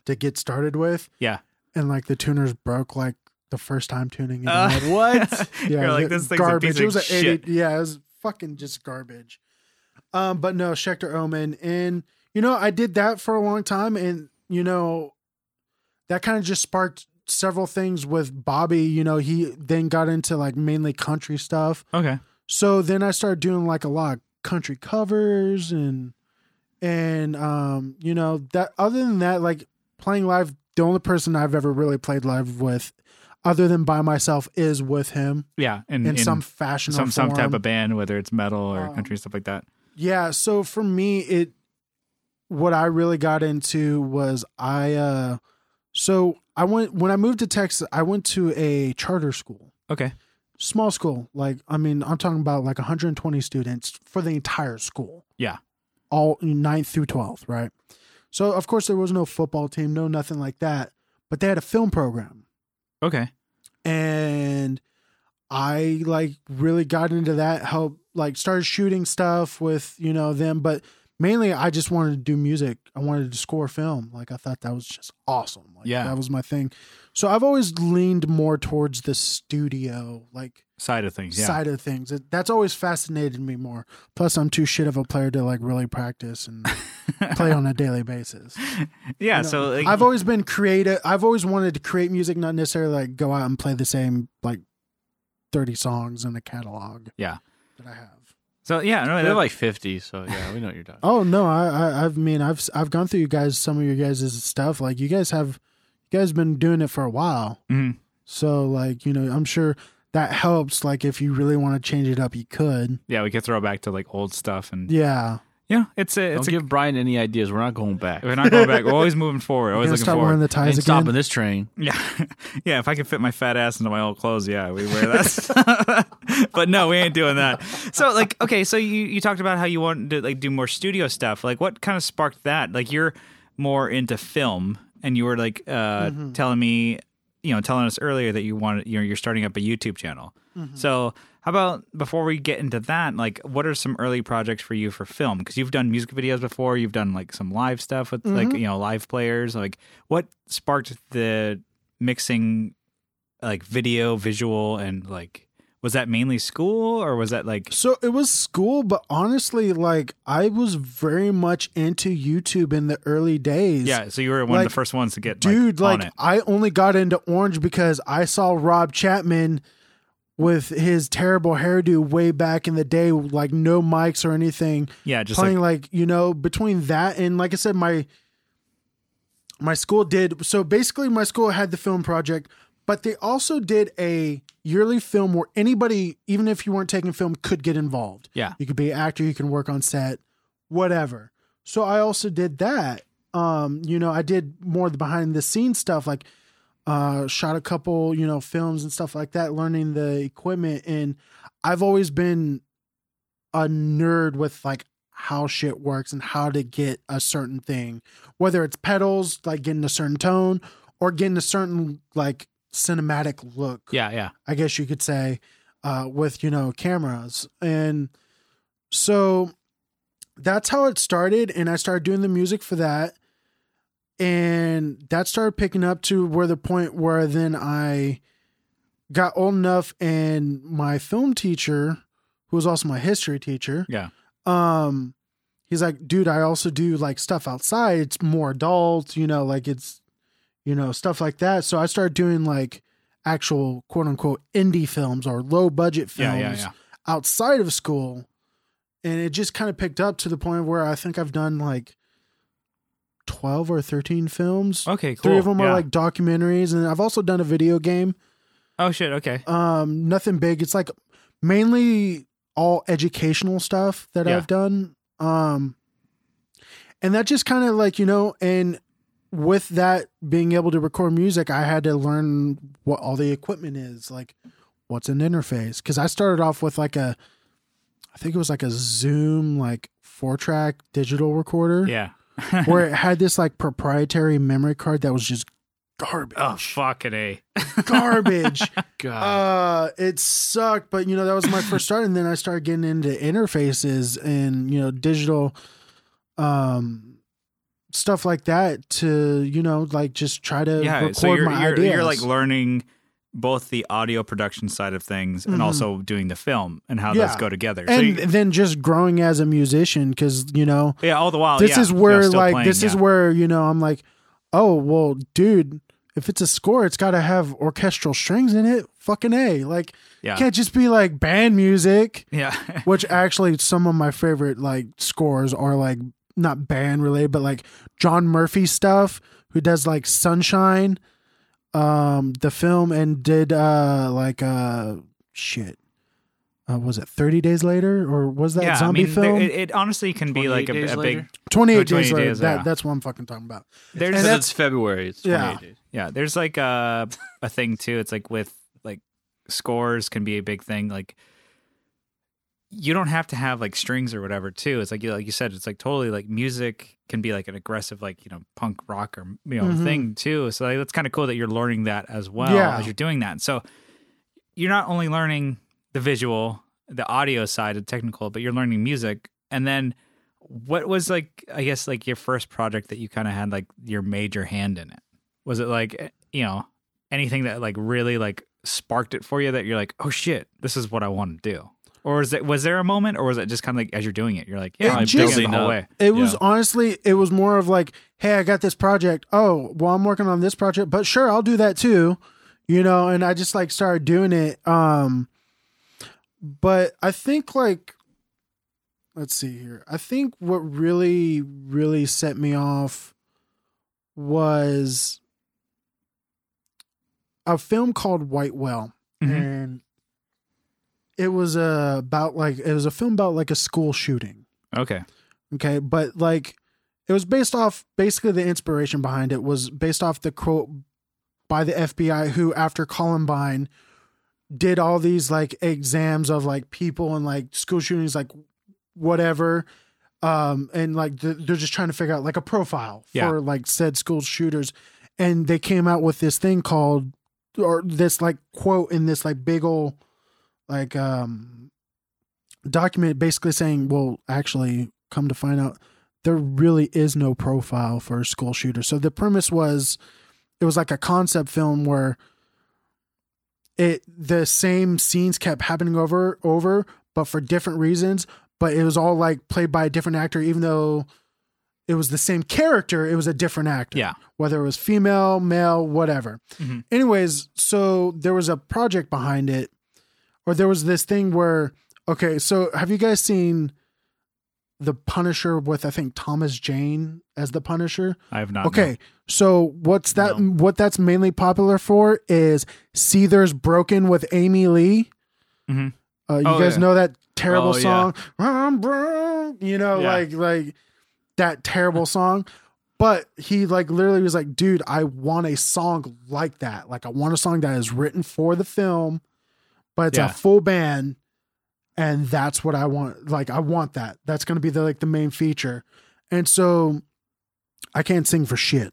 S3: to get started with.
S1: Yeah.
S3: and like the tuners broke like the first time tuning. in.
S1: Uh.
S3: Like,
S2: what?
S3: yeah,
S1: You're like,
S3: the
S1: this thing's
S3: garbage.
S1: a piece
S3: it was
S1: of
S3: a
S1: shit.
S3: Yeah, it was fucking just garbage. Um, but no, Schecter Omen, and you know I did that for a long time, and you know that kind of just sparked several things with Bobby. You know, he then got into like mainly country stuff.
S1: Okay.
S3: So then I started doing like a lot of country covers and and um you know that other than that like playing live the only person I've ever really played live with other than by myself is with him
S1: Yeah. And
S3: in, some fashion or
S1: some some type
S3: form.
S1: of band, whether it's metal or
S3: Um,
S1: country stuff like that.
S3: Yeah, so for me it what I really got into was I uh so I went when I moved to Texas I went to a charter school
S1: Okay.
S3: small school like i mean i'm talking about like 120 students for the entire school
S1: Yeah.
S3: all 9th through 12th right so of course there was no football team no nothing like that but they had a film program
S1: Okay.
S3: and i like really got into that help like started shooting stuff with you know them but mainly i just wanted to do music i wanted to score film like i thought that was just awesome like
S1: Yeah.
S3: that was my thing so i've always leaned more towards the studio like
S1: Side of things. Yeah.
S3: side of things. It, that's always fascinated me more. Plus, I'm too shit of a player to like really practice and play on a daily basis.
S1: yeah.
S3: No,
S1: so like,
S3: I've always been creative. I've always wanted to create music, not necessarily like go out and play the same like 30 songs in the catalog.
S1: Yeah.
S3: that I have.
S1: so yeah. No,
S2: They're
S1: that,
S2: like 50, so yeah, we know what you're talking.
S3: uh, Oh no, I, I I mean I've I've gone through you guys some of your guys' stuff. Like you guys have, you guys been doing it for a while.
S1: Mhm.
S3: So like you know, I'm sure that helps. Like if you really want to change it up, you could.
S1: yeah, we could throw back to like old stuff and
S3: Yeah.
S1: yeah, it's a
S2: Don't
S1: it's a,
S2: give Brian any ideas. We're not going back.
S1: we're not going back. We're always moving forward.
S3: We're
S1: Always
S3: gonna
S1: looking
S3: start wearing
S1: forward.
S3: the
S2: Ain't
S3: ties again.
S2: stopping this train.
S1: yeah, yeah. If I could fit my fat ass into my old clothes, yeah, we wear that. stuff. but no, we ain't doing that. So like, okay, so you you talked about how you wanted to like do more studio stuff. Like, what kind of sparked that? Like, you're more into film, and you were like uh, telling me, you know, telling us earlier that you wanted you know you're starting up a YouTube channel. So how about before we get into that, like, what are some early projects for you for film? Because you've done music videos before, you've done like some live stuff with like you know live players. Like, what sparked the mixing like video, visual, and like was that mainly school or was that like
S3: So it was school, but honestly, like I was very much into YouTube in the early days.
S1: yeah? So you were one of
S3: Like,
S1: the first ones to get
S3: Dude,
S1: like,
S3: like,
S1: on it.
S3: I only got into Orange because I saw Rob Chapman with his terrible hairdo way back in the day, like no mics or anything.
S1: yeah, just
S3: playing
S1: like
S3: like, you know between that and like i said my my school did so basically my school had the film project but they also did a yearly film where anybody even if you weren't taking film could get involved
S1: Yeah.
S3: you could be an actor you can work on set whatever so i also did that um you know i did more of the behind the scenes stuff like uh shot a couple you know films and stuff like that learning the equipment and i've always been a nerd with like how shit works and how to get a certain thing, whether it's pedals, like getting a certain tone, or getting a certain like cinematic look.
S1: yeah, yeah,
S3: I guess you could say, uh, with you know cameras, and so that's how it started. And I started doing the music for that, and that started picking up to where the point where then I got old enough, and my film teacher, who was also my history teacher,
S1: yeah.
S3: um he's like, dude, I also do like stuff outside. It's more adult, you know, like it's, you know, stuff like that. So I started doing like actual quote unquote indie films or low budget
S1: Yeah,
S3: films
S1: yeah, yeah.
S3: outside of school. And it just kind of picked up to the point where I think I've done like 12 or 13 films.
S1: Okay, Oh, cool.
S3: Three of them
S1: yeah.
S3: are like documentaries. And I've also done a video game.
S1: oh shit, okay.
S3: Um, nothing big. It's like mainly all educational stuff that
S1: Yeah.
S3: I've done. Um, and that just kind of like, you know, and with that being able to record music, I had to learn what all the equipment is, like what's an interface. Cause I started off with like a, I think it was like a Zoom, like four track digital recorder
S1: Yeah.
S3: where it had this like proprietary memory card that was just garbage.
S1: Oh fucking a.
S3: Garbage.
S2: God.
S3: Uh, it sucked, but you know that was my first start, and then I started getting into interfaces and you know digital, um, stuff like that to you know like just try to
S1: Yeah.
S3: record
S1: So you're
S3: my
S1: you're,
S3: ideas.
S1: you're like learning both the audio production side of things and
S3: Mhm.
S1: also doing the film and how those
S3: Yeah.
S1: go together. so
S3: and
S1: you,
S3: then just growing as a musician because you know
S1: yeah, all the while.
S3: this
S1: Oh, yeah,
S3: is where
S1: you're still
S3: like
S1: playing,
S3: this is
S1: yeah.
S3: where you know I'm like, oh well, dude, if it's a score, it's got to have orchestral strings in it. Fucking a, like
S1: Yeah.
S3: can't just be like band music.
S1: yeah.
S3: which actually some of my favorite like scores are like not band related but like john murphy stuff who does like sunshine um the film and did uh like uh shit uh, was it 30 days later or was that
S1: yeah,
S3: zombie
S1: I mean, there-
S3: film
S1: It, it honestly can be like
S2: 28
S1: a,
S2: days
S1: a big.
S2: later?
S3: 28,
S1: or 28
S3: days later
S1: days,
S3: that,
S1: yeah.
S3: that's what i'm fucking talking about
S1: There's
S3: And
S2: Because
S3: that's-
S2: it's February. It's
S3: Yeah.
S2: 28 days.
S1: Yeah, there's like a a thing too. It's like with like scores can be a big thing. Like you don't have to have like strings or whatever too. It's like you like you said, it's like totally like music can be like an aggressive like you know punk rock or you know
S3: Mhm.
S1: thing too. So like, that's kind of cool that you're learning that as well
S3: Yeah.
S1: as you're doing that. So you're not only learning the visual, the audio side, the technical, but you're learning music. And then what was like I guess like your first project that you kind of had like your major hand in it? Was it like eh, you know anything that like really like sparked it for you that you're like oh shit this is what I want to do? Or is it was there a moment or was it just kind of like as you're doing it you're like yeah
S3: It
S1: I'm
S3: just-
S1: doing it the whole
S2: Building
S1: way?
S2: up.
S3: It was
S2: Yeah.
S3: honestly, it was more of like, hey, I got this project. Oh, well, I'm working on this project, but sure, I'll do that too. You know, and I just like started doing it. Um, but I think like, let's see here. I think what really, really set me off was a film called White Well,
S1: Mhm.
S3: and it was uh, about like it was a film about like a school shooting.
S1: Okay,
S3: Okay, but like it was based off basically the inspiration behind it was based off the quote by the FBI who after Columbine did all these like exams of like people and like school shootings like whatever um and like th- they're just trying to figure out like a profile
S1: Yeah.
S3: for like said school shooters and they came out with this thing called or this like quote in this like big old like um document basically saying, well, actually, come to find out, there really is no profile for a school shooter. So the premise was it was like a concept film where it the same scenes kept happening over over, but for different reasons. But it was all like played by a different actor, even though it was the same character, it was a different actor
S1: yeah,
S3: whether it was female, male, whatever.
S1: Mhm.
S3: Anyways, so there was a project behind it, or there was this thing where, okay, so have you guys seen The Punisher with, I think, Thomas Jane as The Punisher?
S1: I
S2: Uh,
S1: have not.
S3: Okay, so what's that? What that's mainly popular for is Seether's Broken with Amy Lee.
S1: Mhm.
S3: Uh, you
S2: Oh,
S3: guys
S2: yeah.
S3: know that terrible
S2: Oh, yeah.
S3: song? "I'm broke," You know,
S1: Yeah.
S3: like like that terrible song. But he like literally was like, dude, I want a song like that. Like I want a song that is written for the film, but it's
S1: Yeah.
S3: a full band, and that's what I want. Like I want that. That's gonna be the like the main feature. And so I can't sing for shit.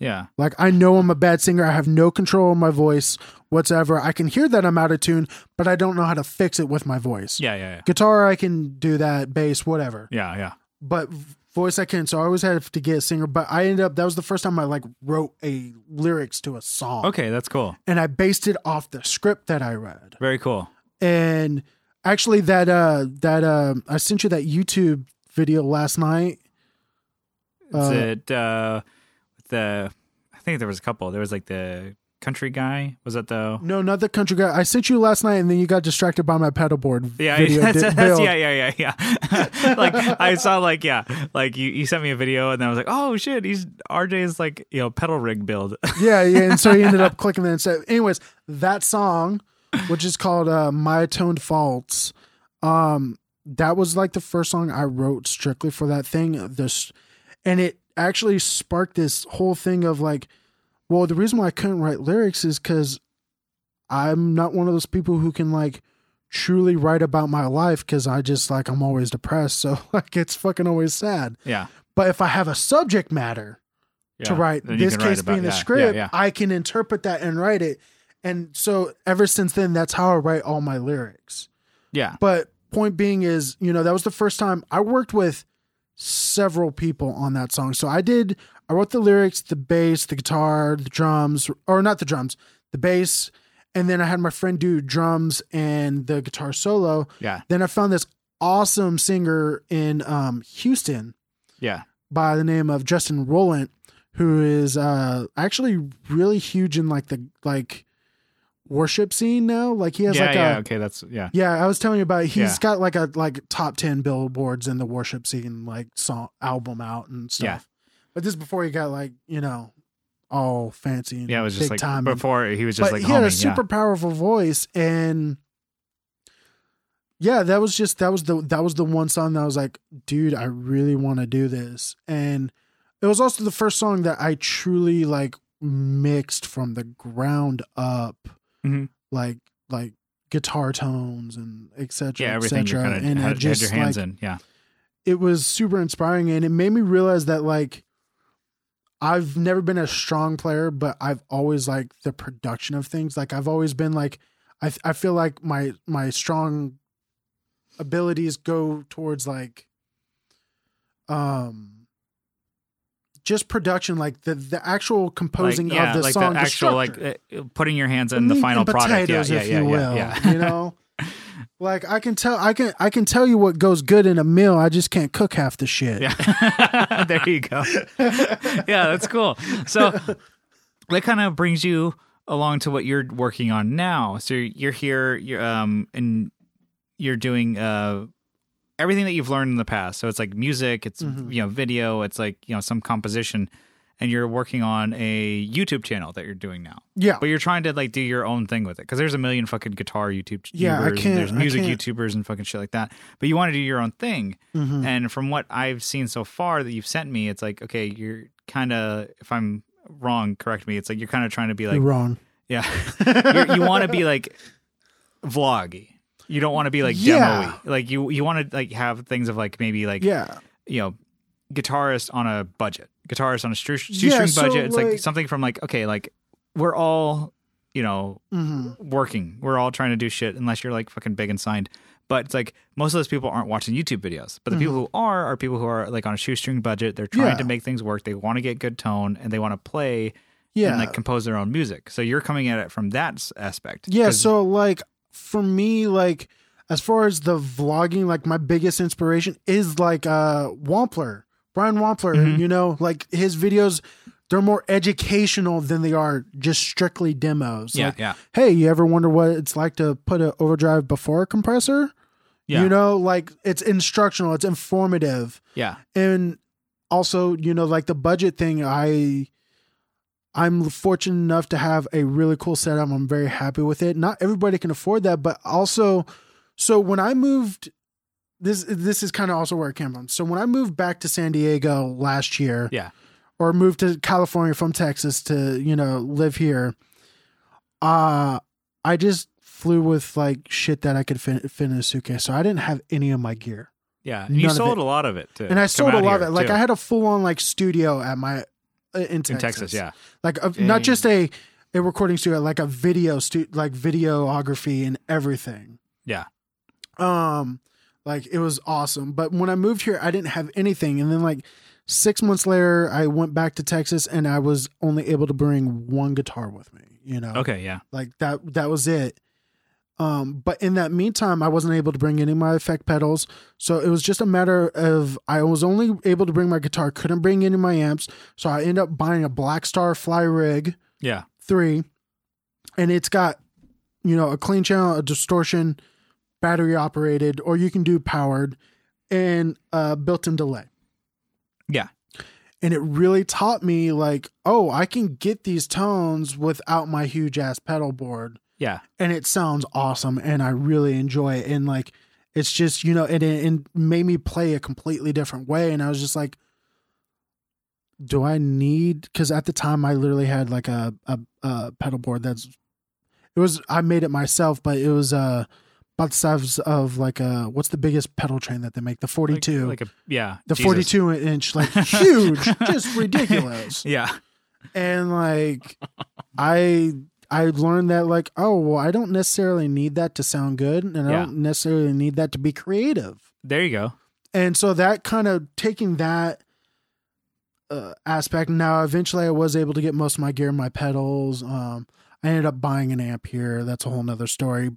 S1: yeah,
S3: Like I know I'm a bad singer. I have no control of my voice whatsoever. I can hear that I'm out of tune, but I don't know how to fix it with my voice.
S1: yeah, yeah, yeah,
S3: Guitar I can do that, bass whatever.
S1: yeah, yeah.
S3: But v- voice I can. So I always had to get a singer, but I ended up that was the first time I like wrote a lyrics to a song.
S1: Okay, that's cool.
S3: And I based it off the script that I read.
S1: Very cool.
S3: um, And actually that uh that uh I sent you that YouTube video last night.
S1: Is
S3: Uh,
S1: it uh, the? I think there was a couple. There was like the country guy. Was that the?
S3: No, not the country guy. I sent you last night, and then you got distracted by my pedal board
S1: Yeah,
S3: video.
S1: that's,
S3: di-
S1: that's-
S3: build.
S1: yeah, yeah, yeah, yeah. like I saw, like yeah, like you, you sent me a video, and then I was like, oh shit, he's RJ's like you know pedal rig build.
S3: yeah, yeah. And so he ended up clicking that instead. Anyways, that song, which is called uh, "My Toned Faults," um, that was like the first song I wrote strictly for that thing. This, and it actually sparked this whole thing of like, well, the reason why I couldn't write lyrics is because I'm not one of those people who can like truly write about my life because I just like I'm always depressed, so like it's fucking always sad.
S1: yeah,
S3: But if I have a subject matter to
S1: Yeah.
S3: write
S1: Then you
S3: this
S1: can write
S3: case
S1: about-
S3: being the
S1: yeah, yeah,
S3: script,
S1: yeah.
S3: I can interpret that and write it. And so ever since then, that's how I write all my lyrics.
S1: yeah,
S3: But point being is, you know, that was the first time I worked with several people on that song. So I did, I wrote the lyrics, the bass, the guitar, the drums, or not the drums, the bass. And then I had my friend do drums and the guitar solo.
S1: yeah,
S3: Then I found this awesome singer in um, Houston
S1: yeah.
S3: by the name of Justin Roland, who is uh actually really huge in like the like worship scene now. Like he has
S1: yeah,
S3: like
S1: yeah.
S3: a
S1: okay, that's yeah.
S3: yeah, I was telling you about. it. He's
S1: Yeah.
S3: got like a like top ten billboards in the worship scene, like song album out and stuff.
S1: Yeah.
S3: But this is before he got like you know all fancy and
S1: Yeah, it was
S3: big
S1: just like
S3: time and-
S1: before he was just
S3: but
S1: like "Oh
S3: he had a
S1: homie,
S3: super powerful voice and yeah that was just that was the that was the one song that i was like dude i really want to do this and it was also the first song that i truly like mixed from the ground up
S1: Mhm.
S3: like like guitar tones and etc
S1: yeah, yeah,
S3: cetera, et
S1: everything you
S3: cetera.
S1: kind of
S3: and I
S1: had, had
S3: just
S1: your hands
S3: like,
S1: in, yeah,
S3: it was super inspiring and it made me realize that like I've never been a strong player, but I've always like the production of things. Like I've always been like I I feel like my my strong abilities go towards like um just production like the the actual composing
S1: like, yeah,
S3: of the
S1: like the
S3: song the
S1: actual
S3: structure.
S1: like uh, putting your hands in the
S3: Meat
S1: final
S3: and
S1: product, yeah,
S3: potatoes,
S1: yeah,
S3: if
S1: yeah,
S3: you
S1: yeah,
S3: will.
S1: yeah.
S3: You know, like I can tell, I can, I can tell you what goes good in a meal. I just can't cook half the shit.
S1: Yeah. there you go. yeah, that's cool. So that kind of brings you along to what you're working on now. So you're here, you're um and you're doing uh everything that you've learned in the past. So it's like music, it's you know, video, it's like, you know, some composition and you're working on a YouTube channel that you're doing now.
S3: Yeah.
S1: But you're trying to like do your own thing with it because there's a million fucking guitar YouTube.
S3: Yeah, I
S1: YouTubers and
S3: can't-
S1: There's
S3: I
S1: music
S3: can't.
S1: YouTubers and fucking shit like that. But you want to do your own thing.
S3: Mm-hmm.
S1: And from what I've seen so far that you've sent me, it's like okay, you're kind of if I'm wrong, correct me. It's like you're kind of trying to be like
S3: You're wrong.
S1: yeah, you're, you want to be like vloggy. You don't want to be like
S3: Yeah.
S1: demo-y. Like you you want to like have things of like maybe like
S3: Yeah.
S1: you know guitarist on a budget guitarist on a stru- shoestring
S3: Yeah, so,
S1: budget it's like,
S3: like-
S1: something from like okay like we're all you know
S3: Mm-hmm.
S1: working we're all trying to do shit unless you're like fucking big and signed but it's like most of those people aren't watching youtube videos but the people who are are people who are like on a shoestring budget they're trying
S3: Mm-hmm. Yeah.
S1: to make things work they want to get good tone and they want to play
S3: Yeah.
S1: and like compose their own music so you're coming at it from that s- aspect
S3: yeah.
S1: 'Cause-
S3: So like for me, like as far as the vlogging, like my biggest inspiration is like uh Wampler, Brian Wampler.
S1: Mm-hmm.
S3: You know, like his videos, they're more educational than they are just strictly demos.
S1: yeah
S3: Like,
S1: yeah
S3: hey, you ever wonder what it's like to put an overdrive before a compressor?
S1: yeah
S3: You know, like it's instructional, it's informative.
S1: yeah
S3: and also you know like the budget thing i i'm fortunate enough to have a really cool setup i'm very happy with it not everybody can afford that but also so when i moved this this is kind of also where it came from so when i moved back to san diego last year
S1: Yeah.
S3: or moved to california from texas to you know live here uh i just flew with like shit that i could fit, fit in a suitcase so i didn't have any of my gear
S1: yeah and you
S3: None of
S1: sold
S3: it.
S1: a lot of it too
S3: and I
S1: Come
S3: sold a
S1: out
S3: lot of
S1: here,
S3: it. Like
S1: too.
S3: I had a full on like studio at my uh, in Texas.
S1: in texas yeah
S3: Like a, not
S2: Dang.
S3: just a a recording studio, like a video stu- like videography and everything.
S1: Yeah.
S3: Um, like it was awesome. But when I moved here, I didn't have anything, and then like six months later, I went back to Texas, and I was only able to bring one guitar with me. You know
S1: okay yeah
S3: like that that was it Um, but in that meantime, I wasn't able to bring any of my effect pedals. So it was just a matter of I was only able to bring my guitar, couldn't bring any of my amps. So I ended up buying a Black Star Fly Rig
S1: Yeah.
S3: 3. And it's got, you know, a clean channel, a distortion, battery operated, or you can do powered, and a built in delay.
S1: Yeah.
S3: And it really taught me, like, oh, I can get these tones without my huge ass pedal board
S1: Yeah.
S3: and it sounds awesome and I really enjoy it and like it's just you know it, it, it made me play a completely different way and I was just like do I need cuz at the time I literally had like a, a a pedal board that's it was I made it myself but it was uh about the size of like a what's the biggest pedal train that they make the 42
S1: Like, like a, yeah.
S3: the
S1: Jesus.
S3: 42 inch like huge just ridiculous
S1: Yeah.
S3: and like i i learned that like oh well i don't necessarily need that to sound good and i
S1: Yeah.
S3: don't necessarily need that to be creative
S1: There you go.
S3: and so that kind of taking that uh, aspect now eventually i was able to get most of my gear my pedals um i ended up buying an amp here that's a whole nother story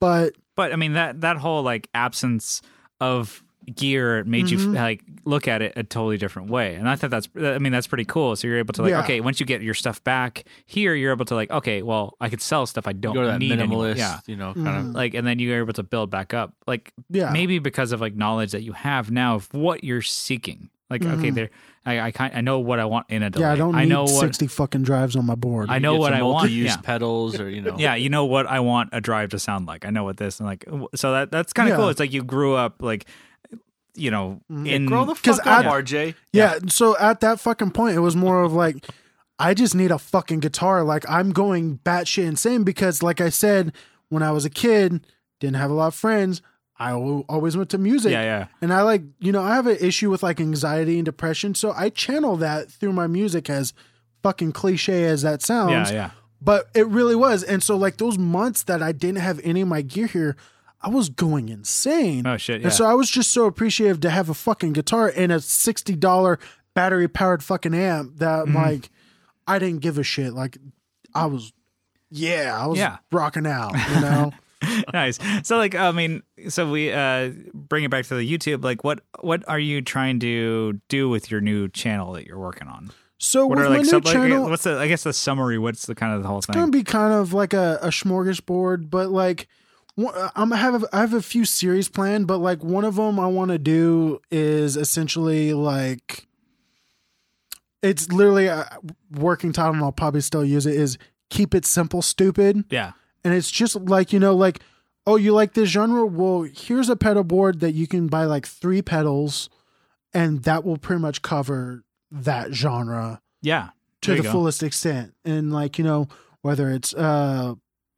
S3: but
S1: But I mean that that whole like absence of gear made you
S3: Mhm.
S1: f- like look at it a totally different way, and I thought that's I mean that's pretty cool. So you're able to like
S3: Yeah.
S1: okay, once you get your stuff back here, you're able to like okay, well I could sell stuff I don't
S2: go to that
S1: need anymore.
S2: minimalist,
S1: Yeah,
S2: you know, kind of
S3: Mhm.
S1: like and then you're able to build back up. Like
S3: yeah
S1: maybe because of like knowledge that you have now of what you're seeking. Like okay,
S3: Mhm.
S1: there I I, kind, I know what I want in a delay.
S3: yeah i don't need
S1: know what
S3: 60 fucking drives on my board
S1: I know
S2: get
S1: what
S2: some
S1: I want,
S2: multi-use
S1: yeah.
S2: pedals or you know.
S1: yeah, you know what I want a drive to sound like. I know what this and like so that that's kind of
S3: Yeah. Mm-hmm.
S1: cool. It's like you grew up like you know in
S2: Grow the
S3: Mm. 'Cause
S2: fuck up,
S3: I-
S2: RJ.
S3: Yeah. So at that fucking point, it was more of like, I just need a fucking guitar. Like I'm going batshit insane because, like I said, when I was a kid, didn't have a lot of friends. I al- always went to music.
S1: yeah yeah
S3: And I like, you know, I have an issue with like anxiety and depression. So I channel that through my music as fucking cliche as that sounds
S1: yeah yeah
S3: but it really was. And so like those months that I didn't have any of my gear here, I was going insane.
S1: Oh, shit, yeah.
S3: And so I was just so appreciative to have a fucking guitar and a sixty dollar battery powered fucking amp that
S1: Mm-hmm.
S3: like I didn't give a shit. Like I was, yeah, I was
S1: Yeah.
S3: rocking out. You know,
S1: nice. So like I mean, so we uh bring it back to the YouTube. Like what what are you trying to do with your new channel that you're working on?
S3: so
S1: What
S3: with
S1: are
S3: my
S1: like,
S3: new
S1: sub- like, eh,
S3: channel,
S1: what's the I guess the summary? What's the kind of the whole
S3: gonna
S1: thing?
S3: be kind of like a, a smorgasbord, but like one- I'm I have I have a few series planned, but like one of them I want to do is essentially like it's literally a working title, and I'll probably still use it is keep it simple, stupid,
S1: yeah
S3: and it's just like you know like oh you like this genre, well here's a pedal board that you can buy like three pedals, and that will pretty much cover that genre
S1: yeah
S3: to
S1: There
S3: the
S1: you go.
S3: fullest extent and like you know whether it's uh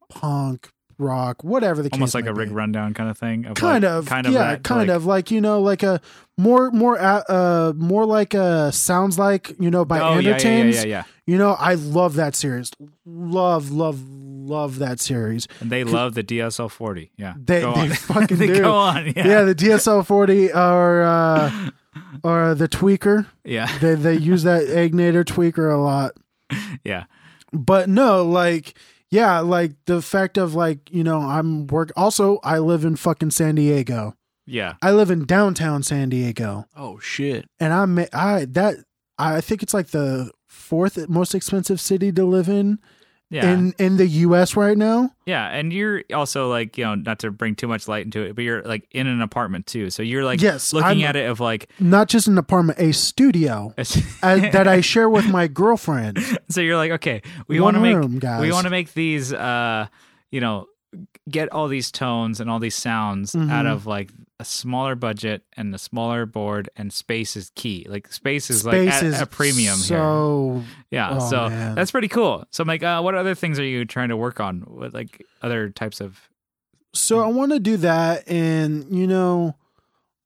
S3: punk rock whatever the
S1: almost
S3: case
S1: like
S3: may
S1: a rig
S3: be.
S1: rundown kind of thing. like-
S3: kind of
S1: kind
S3: kind
S1: of
S3: yeah
S1: that,
S3: kind
S1: like-
S3: of like you know like a more more uh, uh more like a sounds like you know by
S1: Oh yeah yeah,
S3: Andertons
S1: yeah yeah yeah.
S3: you know I love that series love love love that series
S1: And they love the DSL forty. Yeah.
S3: they
S1: go
S3: they
S1: on.
S3: fucking
S1: They
S3: do
S1: go on.
S3: yeah. the DSL 40 or uh or the tweaker
S1: Yeah.
S3: they they use that Agnator tweaker a lot
S1: Yeah.
S3: but no like yeah like the fact of like you know i'm work also i live in fucking san diego
S1: Yeah.
S3: i live in downtown san diego
S2: Oh shit.
S3: and i'm i that i think it's like the fourth most expensive city to live in
S1: Yeah.
S3: in in the us right now
S1: yeah. And you're also like, you know, not to bring too much light into it, but you're like in an apartment too. So you're like
S3: Yes,
S1: looking
S3: I'm-
S1: at it of like
S3: not just an apartment a studio uh, that i share with my girlfriend
S1: so you're like, okay, we
S3: One
S1: want to make
S3: room, guys.
S1: we want to make these uh, you know, get all these tones and all these sounds out
S3: Mhm.
S1: of like a smaller budget and a smaller board and space is key. Like space is like
S3: space
S1: at
S3: is
S1: a premium here.
S3: so
S1: Yeah,
S3: Oh,
S1: so
S3: man.
S1: that's pretty cool. So I'm like, uh, what other things are you trying to work on? What like other types of?
S3: So I want to do that, and you know,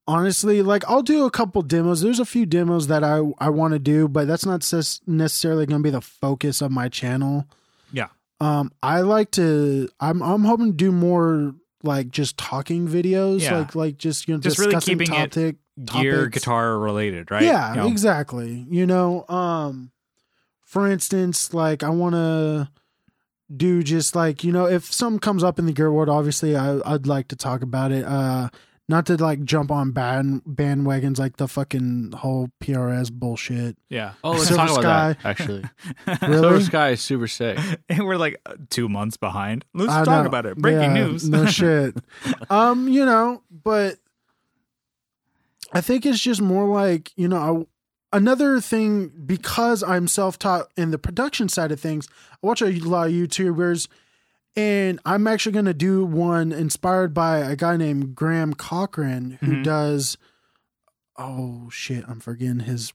S3: honestly, like I'll do a couple demos. There's a few demos that I I want to do, but that's not sus- necessarily going to be the focus of my channel.
S1: Yeah.
S3: Um, I like to. I'm I'm hoping to do more like just talking videos,
S1: Yeah.
S3: like like just you know
S1: Just really
S3: discussing
S1: keeping it
S3: topic
S1: Gear,
S3: topics.
S1: guitar related, right?
S3: Yeah,
S1: You know?
S3: exactly. You know, um, for instance, like I want to do just like you know if something comes up in the gear world obviously I, i'd like to talk about it uh not to like jump on band bandwagons like the fucking whole prs bullshit
S1: Yeah.
S2: Oh, let's
S3: Silver
S2: talk about that. Actually, Silver
S3: really
S2: Sky is super sick.
S1: and we're like uh, two months behind. Let's
S3: I
S1: talk
S3: know.
S1: about it. Breaking
S3: Yeah,
S1: news.
S3: no shit um you know but i think it's just more like you know I, another thing because i'm self-taught in the production side of things i watch a lot of youtubers and i'm actually going to do one inspired by a guy named graham cochran who
S1: Mhm.
S3: does oh shit i'm forgetting his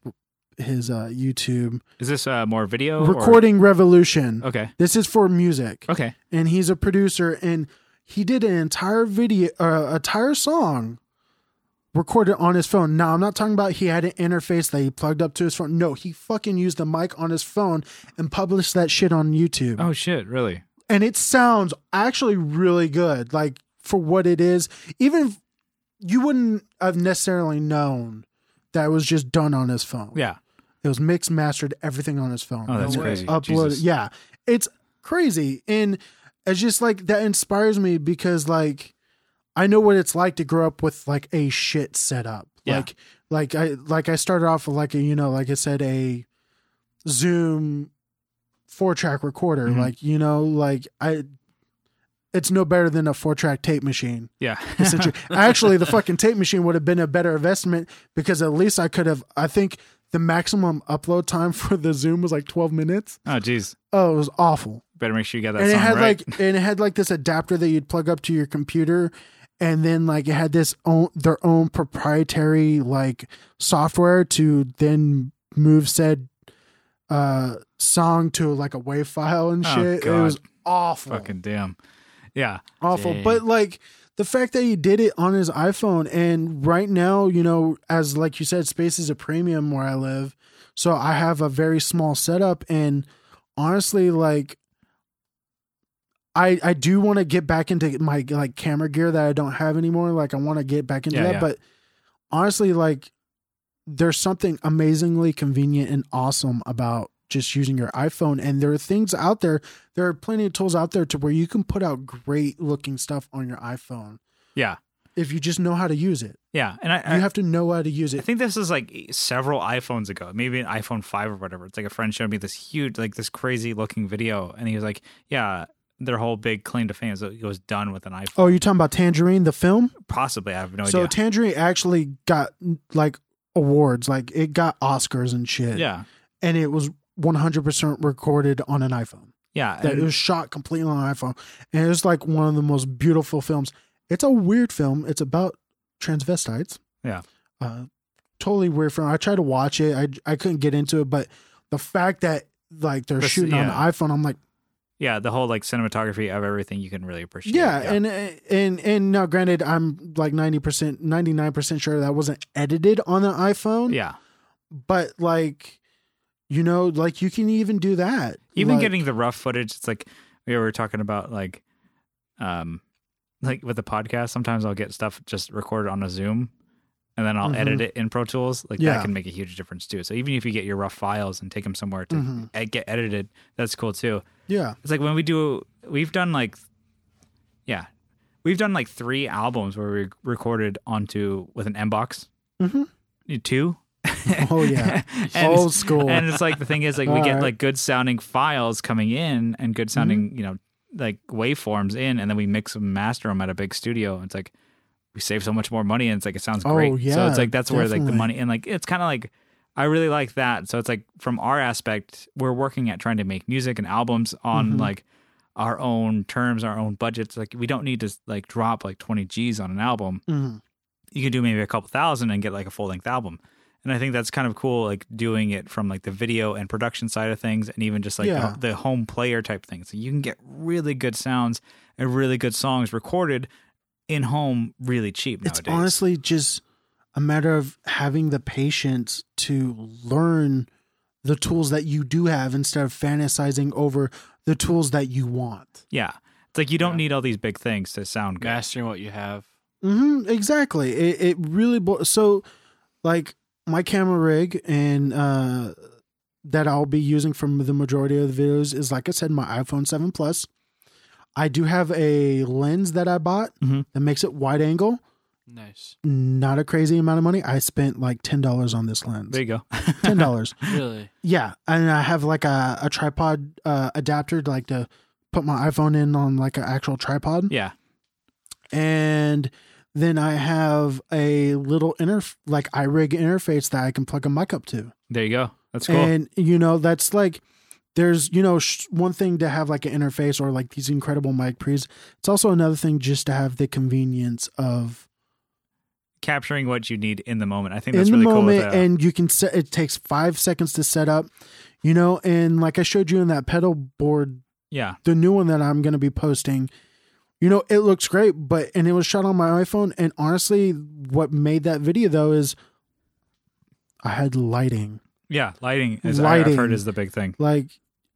S3: his uh youtube
S1: Is this uh, more video? or- Oh.
S3: recording revolution
S1: Okay.
S3: this is for music
S1: Okay.
S3: and he's a producer and he did an entire video uh, entire song recorded on his phone now i'm not talking about he had an interface that he plugged up to his phone no he fucking used the mic on his phone and published that shit on youtube
S1: Oh shit! Really?
S3: and it sounds actually really good like for what it is even if- you wouldn't have necessarily known that it was just done on his phone
S1: Yeah.
S3: it was mixed mastered everything on his phone
S1: Oh, that's
S2: way.
S1: crazy.
S3: upload
S2: Jesus.
S3: yeah it's crazy and it's just like that inspires me because like i know what it's like to grow up with like a shit setup
S2: Yeah.
S3: like like i like i started off with like a you know like i said a zoom four track recorder
S2: Mm-hmm.
S1: Mhm.
S3: like you know like i it's no better than a four track tape machine
S1: Yeah.
S3: essentially. Actually, the fucking tape machine would have been a better investment because at least I could have. I think the maximum upload time for the Zoom was like 12 minutes.
S1: oh jeez.
S3: Oh, it was awful.
S1: Better make sure you got that
S3: and it
S1: song
S3: had
S1: right.
S3: like and it had like this adapter that you'd plug up to your computer, and then like it had this own their own proprietary like software to then move said uh song to like a WAV file and
S1: Oh,
S3: shit. it
S1: God.
S3: was awful
S1: Fucking damn. Yeah.
S3: awful.
S2: Dang.
S3: But like the fact that he did it on his iPhone, and right now, you know, as like you said, space is a premium where I live, so I have a very small setup, and honestly, like. I, I do want to get back into my like camera gear that I don't have anymore. Like I want to get back into
S1: Yeah,
S3: that,
S1: yeah.
S3: but honestly, like there's something amazingly convenient and awesome about just using your iPhone. And there are things out there, there are plenty of tools out there to where you can put out great looking stuff on your iPhone
S1: Yeah.
S3: if you just know how to use it.
S1: Yeah. And I, I
S3: You have to know how to use
S1: I
S3: it.
S1: think this is like several iPhones ago, maybe an iPhone 5 or whatever. It's like a friend showed me this huge, like this crazy looking video. And he was like, yeah, their whole big claim to fame is it was done with an iPhone.
S3: Oh, you're talking about Tangerine, the film?
S1: Possibly. I have no
S3: so
S1: idea.
S3: Tangerine actually got like awards, like it got Oscars and shit.
S1: yeah.
S3: And it was 100% recorded on an iPhone.
S1: Yeah.
S3: that it
S1: and-
S3: was shot completely on iPhone, and it's like one of the most beautiful films. It's a weird film. It's about transvestites.
S1: Yeah.
S3: uh, totally weird film. I tried to watch it. I I couldn't get into it, but the fact that like they're
S1: This-
S3: shooting on the
S1: yeah.
S3: iPhone, I'm like,
S1: yeah. The whole like cinematography of everything you can really appreciate.
S3: yeah, and and and now, granted, I'm like ninety percent, ninety nine percent sure that wasn't edited on the iPhone.
S1: yeah.
S3: but like, you know, like you can even do that.
S1: even
S3: Like-
S1: getting the rough footage it's like we were talking about like um like with the podcast sometimes i'll get stuff just recorded on a zoom and then i'll
S3: Mhm.
S1: edit it in pro tools like
S3: Yeah.
S1: that can make a huge difference too so even if you get your rough files and take them somewhere to
S3: Mhm.
S1: ed- get edited that's cool too
S3: yeah,
S1: it's like when we do we've done like yeah we've done like three albums where we recorded onto with an mbox
S3: Mhm.
S1: two
S3: oh yeah,
S1: And-
S3: old school.
S1: and it's like the thing is like we get
S3: Alright.
S1: like good sounding files coming in and
S3: Mm-hmm.
S1: good sounding you know like waveforms in and then we mix them and master them at a big studio it's like we save so much more money and it's like it sounds
S3: Oh,
S1: great so
S3: yeah,
S1: it's like that's where like the
S3: definitely.
S1: money and like it's kind of like i really like that so it's like from our aspect we're working at trying to make music and albums on
S3: Mhm.
S1: like our own terms our own budgets like we don't need to like drop like 20 g's on an album
S3: Mhm.
S1: you could do maybe a couple thousand and get like a full length album. And I think that's kind of cool, like doing it from like the video and production side of things, and even just like
S3: Yeah.
S1: the, the home player type thing. So you can get really good sounds and really good songs recorded in home really cheap nowadays.
S3: It's honestly just a matter of having the patience to learn the tools that you do have instead of fantasizing over the tools that you want.
S1: yeah, it's like you don't
S2: Yeah.
S1: need all these big things to sound good.
S2: Mastering what you have.
S3: Mm-hmm, exactly. It, it really bo- so like my camera rig and uh that I'll be using from the majority of the videos is, like I said, my iPhone 7 Plus. I do have a lens that I bought
S1: Mhm.
S3: that makes it wide angle.
S2: Nice.
S3: Not a crazy amount of money. I spent like ten dollars on this lens.
S1: There you go.
S3: Ten dollars.
S2: Really?
S3: yeah, and I have like a, a tripod uh, adapter, to, like to put my iPhone in on like an actual tripod.
S1: yeah.
S3: and then I have a little inter like iRig interface that I can plug a mic up to.
S1: There you go. That's cool.
S3: And you know that's like there's you know sh- one thing to have like an interface or like these incredible mic pre's. It's also another thing just to have the convenience of
S1: Capturing what you need in the moment. I think
S3: in
S1: that's
S3: the
S1: really cool. with
S3: moment,
S1: that.
S3: and you can set. It takes five seconds to set up. You know, and like I showed you in that pedal board
S1: yeah.
S3: the new one that I'm going to be posting, you know, it looks great, but and it was shot on my iPhone. And honestly, what made that video though is I had lighting.
S1: Yeah. Lighting, as I,
S3: Lighting.
S1: have heard, is the big thing.
S3: Like,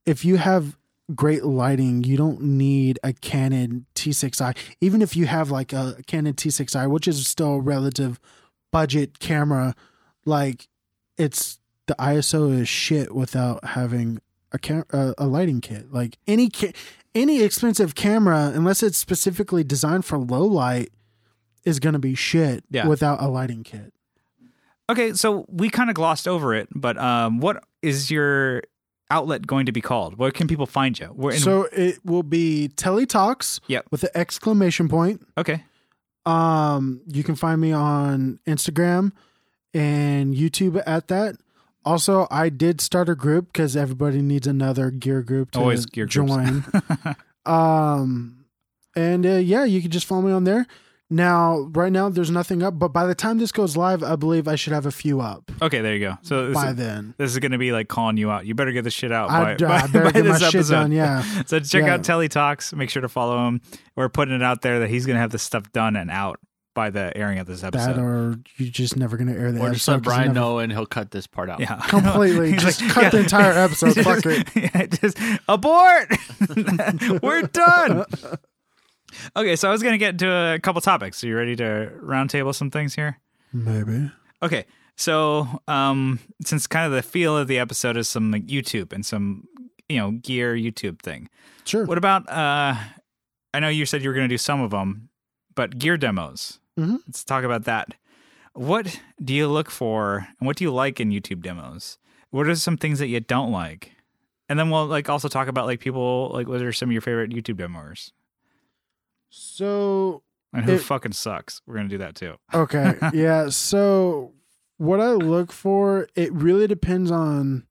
S3: if you have great lighting, you don't need a Canon T6i. Even if you have like a Canon T6i, which is still a relative budget camera, like it's the ISO is shit without having a cam- a, a lighting kit. Like any ca- any expensive camera, unless it's specifically designed for low light, is going to be shit
S1: Yeah.
S3: without a lighting kit.
S1: Okay. So we kind of glossed over it, but um, what is your outlet going to be called? Where can people find you? Where, and-
S3: so it will be teletalks
S1: Yep.
S3: with an exclamation point.
S1: okay.
S3: Um, you can find me on Instagram and YouTube at that. Also, I did start a group because everybody needs another gear group to
S1: Always gear groups.
S3: join. um, and uh, yeah, you can just follow me on there. Now, right now, there's nothing up, but by the time this goes live, I believe I should have a few up
S1: Okay. There you go. So this,
S3: by
S1: is-
S3: then.
S1: this is going to be like calling you out. You better get the shit out.
S3: I- uh,
S1: by,
S3: I
S1: by-
S3: better
S1: by
S3: get my
S1: this
S3: shit
S1: episode.
S3: done, yeah.
S1: so check
S3: Yeah.
S1: out Telly Talks. Make sure to follow him. We're putting it out there that he's going to have this stuff done and out by the airing of this episode.
S3: That or you're just never going to air that.
S2: Or just
S3: episode
S2: let
S3: 'cause
S2: Brian
S3: never-
S2: know and he'll cut this part out.
S1: Yeah.
S3: Completely.
S1: He's
S3: Just cut the entire episode. Fuck it.
S1: Yeah, just abort. We're done. Okay, so I was going to get into a couple topics. Are you ready to roundtable some things here?
S3: Maybe.
S1: Okay. So, um, since kind of the feel of the episode is some like, YouTube and some, you know, gear YouTube thing.
S3: Sure.
S1: What about? uh I know you said you were going to do some of them, but gear demos.
S3: Mhm.
S1: Let's talk about that. What do you look for, and what do you like in YouTube demos? What are some things that you don't like? And then we'll like also talk about like people like what are some of your favorite YouTube demos
S3: So
S1: and who
S3: It-
S1: fucking sucks. We're gonna do that too.
S3: Okay. yeah. So what I look for, it really depends on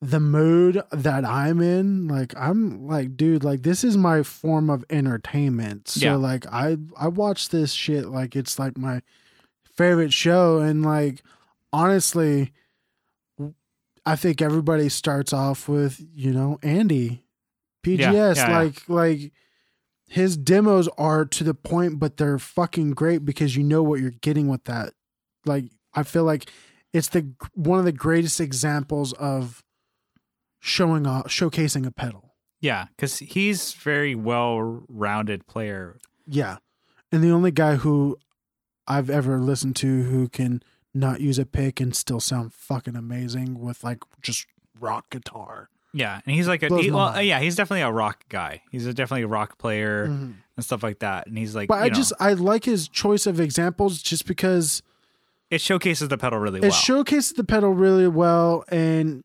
S3: the mood that I'm in. Like I'm like, dude, like this is my form of entertainment. So
S1: Yeah.
S3: like I I watch this shit like it's like my favorite show and like honestly I think everybody starts off with, you know, Andy PGS
S1: yeah, yeah.
S3: like like his demos are to the point, but they're fucking great because you know what you're getting with that. Like I feel like it's the one of the greatest examples of showing off, showcasing a pedal.
S1: Yeah, because he's very well rounded player.
S3: Yeah, and the only guy who I've ever listened to who can not use a pick and still sound fucking amazing with like just rock guitar.
S1: Yeah, and he's like a
S3: Blows
S1: he-
S3: my
S1: well,
S3: mind. Mm.
S1: yeah, he's definitely a rock guy. He's a, definitely a rock player and stuff like that. And he's like,
S3: But
S1: you
S3: I
S1: know,
S3: just I like his choice of examples just because
S1: it showcases the pedal really
S3: it
S1: well.
S3: showcases the pedal really well and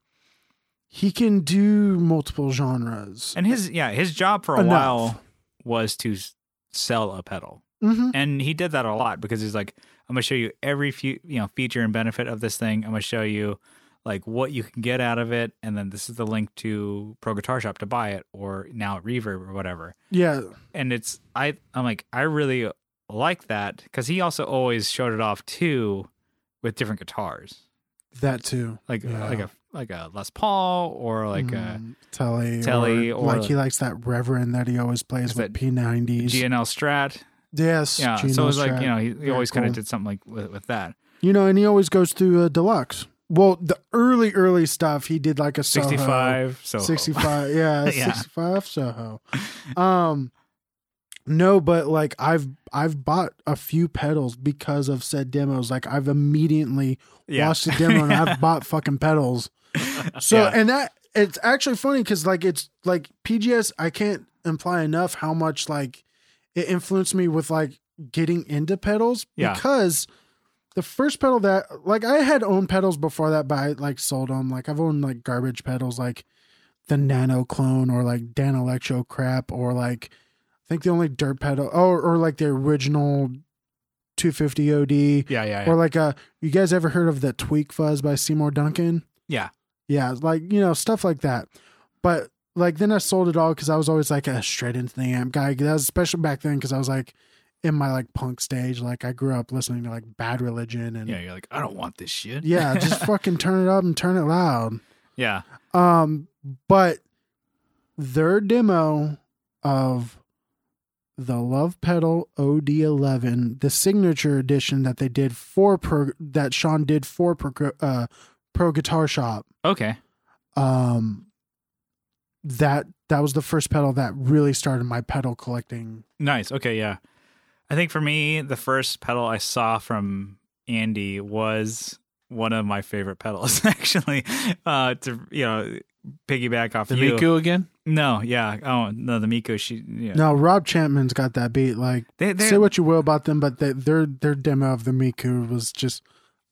S3: he can do multiple genres
S1: And his yeah, his job for a
S3: Enough.
S1: while was to s- sell a pedal,
S3: hmm
S1: and he did that a lot because he's like, I'm gonna show you every few you know feature and benefit of this thing. I'm gonna show you like what you can get out of it, and then this is the link to Pro Guitar Shop to buy it or now Reverb or whatever.
S3: yeah
S1: And it's I I'm like I really like that because he also always showed it off too with different guitars,
S3: that too
S1: like
S3: Yeah.
S1: like a like a Les Paul or like a
S3: Mhm. telly
S1: Telly or-
S3: like he likes that reverend that he always plays
S1: Is
S3: with
S1: that
S3: p90s
S1: GNL Strat.
S3: yes
S1: Yeah,
S3: Gino
S1: so it was
S3: Strat.
S1: like you know he, he
S3: Very
S1: always kind
S3: cool.
S1: of did something like with, with that
S3: you know and he always goes through uh, deluxe well the early early stuff he did like a Soho,
S1: sixty five so
S3: 65 yeah,
S1: Yeah.
S3: 65 soho um no but like i've i've bought a few pedals because of said demos like i've immediately
S1: yeah
S3: watched the demo and i've bought fucking pedals So
S1: Yeah.
S3: and that it's actually funny because like it's like PGS. I can't imply enough how much like it influenced me with like getting into pedals
S1: Yeah.
S3: because the first pedal that like I had owned pedals before that, but I like sold them. Like I've owned like garbage pedals like the Nano Clone or like Dan Electro crap or like I think the only dirt pedal oh or like the original 250 OD
S1: Yeah, yeah,
S3: or like uh you guys ever heard of the tweak fuzz by seymour duncan
S1: Yeah.
S3: yeah like you know stuff like that but like then i sold it all because i was always like a straight into the amp guy that was especially back then because i was like in my like punk stage like i grew up listening to like bad religion and
S1: yeah. You're like, I don't want this shit.
S3: yeah just fucking turn it up and turn it loud
S1: yeah,
S3: um, but their demo of the Love Pedal OD11, the signature edition that they did for pro, that Sean did for pro, uh, pro Guitar Shop.
S1: okay,
S3: Um, that that was the first pedal that really started my pedal collecting.
S1: nice, okay, yeah. I think for me, the first pedal I saw from Andy was one of my favorite pedals, actually. Uh, to you know, piggyback off
S2: The
S1: you.
S2: Miku again?
S1: No, yeah, oh no, the Miku. She, yeah.
S3: Now Rob Chapman's got that beat. Like
S1: they, they're-
S3: say what you will about them, but they, their their demo of the Miku was just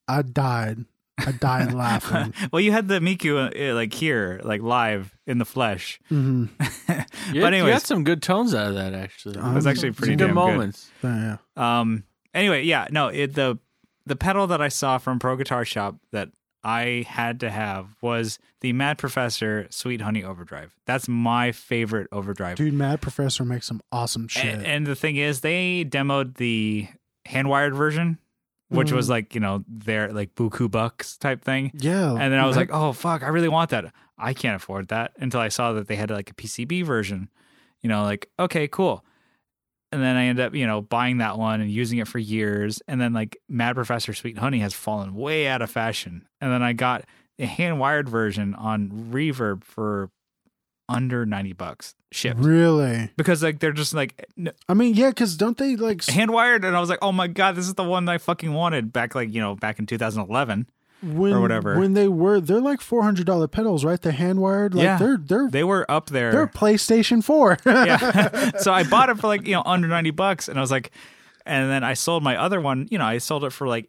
S3: I died. I died laughing.
S1: well, you had the Miku uh, like here, like live in the flesh.
S3: hmm
S1: but
S2: You, had- you
S1: anyways,
S2: had some good tones out of that actually.
S3: Um,
S1: it was actually
S3: some
S1: pretty
S2: some
S1: damn
S2: good moments.
S3: yeah.
S1: Um. Anyway, yeah, no, it, the the pedal that I saw from Pro Guitar Shop that I had to have was the Mad Professor Sweet Honey Overdrive. That's my favorite overdrive.
S3: Dude, Mad Professor makes some awesome
S1: A-
S3: shit.
S1: And, the thing is, they demoed the hand wired version, which
S3: Mm-hmm.
S1: was like you know their like buku bucks type thing.
S3: yeah.
S1: And then I was like, oh fuck, I really want that. I can't afford that until I saw that they had like a PCB version. You know, like, okay, cool. And then I end up, you know, buying that one and using it for years. And then like Mad Professor Sweet Honey has fallen way out of fashion. And then I got a hand wired version on reverb for under 90 bucks shipped.
S3: really?
S1: Because like they're just like
S3: I mean, yeah, because don't they like? s-
S1: hand wired, and I was like, oh my god, this is the one that I fucking wanted back like you know back in 2011.
S3: When,
S1: whatever.
S3: When they were, they're like four hundred dollar pedals, right? The hand wired, like
S1: Yeah.
S3: they're they're
S1: They were up there.
S3: they're PlayStation Four.
S1: yeah. so I bought it for like, you know, under 90 bucks and I was like and then I sold my other one, you know, I sold it for like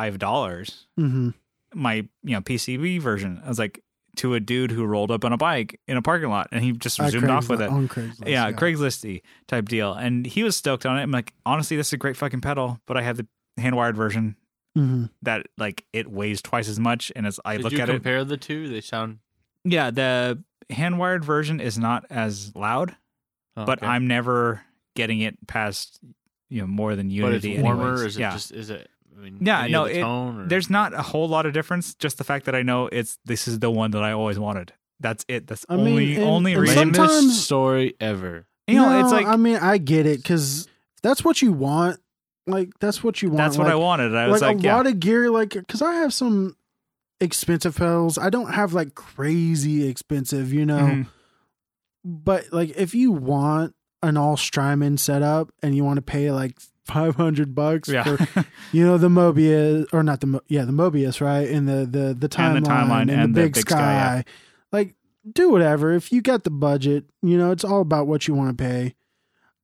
S1: $85,
S3: hmm
S1: my, you know, PCB version. I was like to a dude who rolled up on a bike in a parking lot and he just zoomed off with it.
S3: on Craigslist.
S1: yeah, Craigslisty type deal. And he was stoked on it. I'm like, honestly, this is a great fucking pedal, but I have the hand wired version
S3: Mhm.
S1: that like it weighs twice as much and it's I
S2: Did
S1: look
S2: you
S1: at it.
S2: compare the two? They sound
S1: Yeah, the hand wired version is not as loud.
S2: oh,
S1: but
S2: okay.
S1: I'm never getting it past you know more than
S2: but
S1: Unity.
S2: it's warmer.
S1: anyways.
S2: Is it
S1: yeah.
S2: just is it I mean
S1: Yeah,
S2: any of
S1: no,
S2: the
S1: it-
S2: tone or-
S1: There's not a whole lot of difference. Just the fact that I know it's this is the one that I always wanted. That's it. That's
S3: I mean,
S1: only
S3: and-
S1: only
S3: and
S1: reason.
S2: lamest
S3: sometimes-
S2: story ever.
S1: you know, it's
S3: No,
S1: like
S3: I mean, I get it because that's what you want. Like that's what you want.
S1: that's what
S3: like,
S1: I wanted. I was like,
S3: a
S1: yeah,
S3: lot of gear, like because I have some expensive pedals. I don't have like crazy expensive, you know.
S1: Mhm.
S3: But like, if you want an all Strymon setup and you want to pay like five hundred bucks
S1: yeah,
S3: for you know the Mobius or not the Mo- yeah the Mobius right and the the the timeline
S1: And the timeline
S3: and, the, big, sky,
S1: yeah.
S3: like do whatever if you got the budget you know it's all about what you want to pay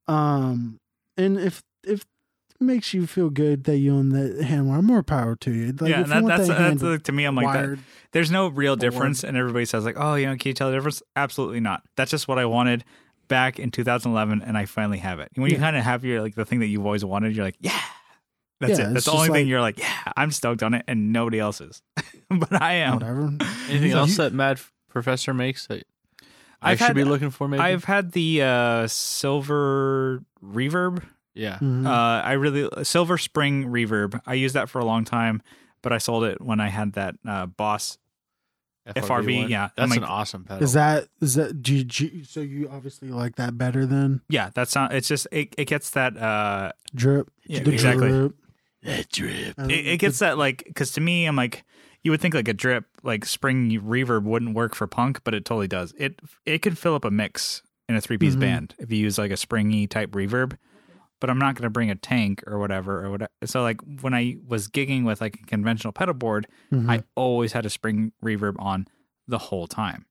S3: um and if if it makes you feel good that you own the hand wire more power to you like
S1: yeah. And
S3: if you
S1: that,
S3: want
S1: that's
S3: that
S1: that's
S3: hand
S1: like, to me. I'm like, that,
S3: wired
S1: there's no real difference, and everybody says like, oh, you know, can you tell the difference? Absolutely not. That's just what I wanted back in 2011, and I finally have it. And when you
S3: Yeah.
S1: kind of have your like the thing that you've always wanted, you're like, yeah, that's
S3: Yeah,
S1: it. That's the
S3: it's just
S1: only
S3: like-
S1: thing you're like, yeah, I'm stoked on it, and nobody else is, but I am.
S3: whatever Mm-hmm.
S2: Anything
S3: You-
S2: else that Mad Professor makes that I
S1: I've
S2: should
S1: had-
S2: be looking for? Maybe
S1: I've had the uh, silver reverb.
S2: yeah.
S3: Mhm.
S1: Uh, I really silver spring reverb. I used that for a long time, but I sold it when I had that uh, boss. FRV,
S2: one.
S1: yeah.
S2: that's
S1: Like-
S2: an awesome pedal.
S3: is that is that do you, do you- so you obviously like that better than
S1: Yeah, that sound. It's just it, it gets that. Uh,
S3: drip
S1: Yeah,
S3: The
S1: exactly.
S3: drip.
S2: that drip?
S3: And
S1: it, it gets that like because to me, I'm like you would think like a drip like spring reverb wouldn't work for punk, but it totally does. It it could fill up a mix in a three piece
S3: Mhm.
S1: band if you use like a springy type reverb. But I'm not going to bring a tank or whatever or whatever. So like when I was gigging with like a conventional pedal board,
S3: the- mhm.
S1: I always had a spring reverb on the whole time.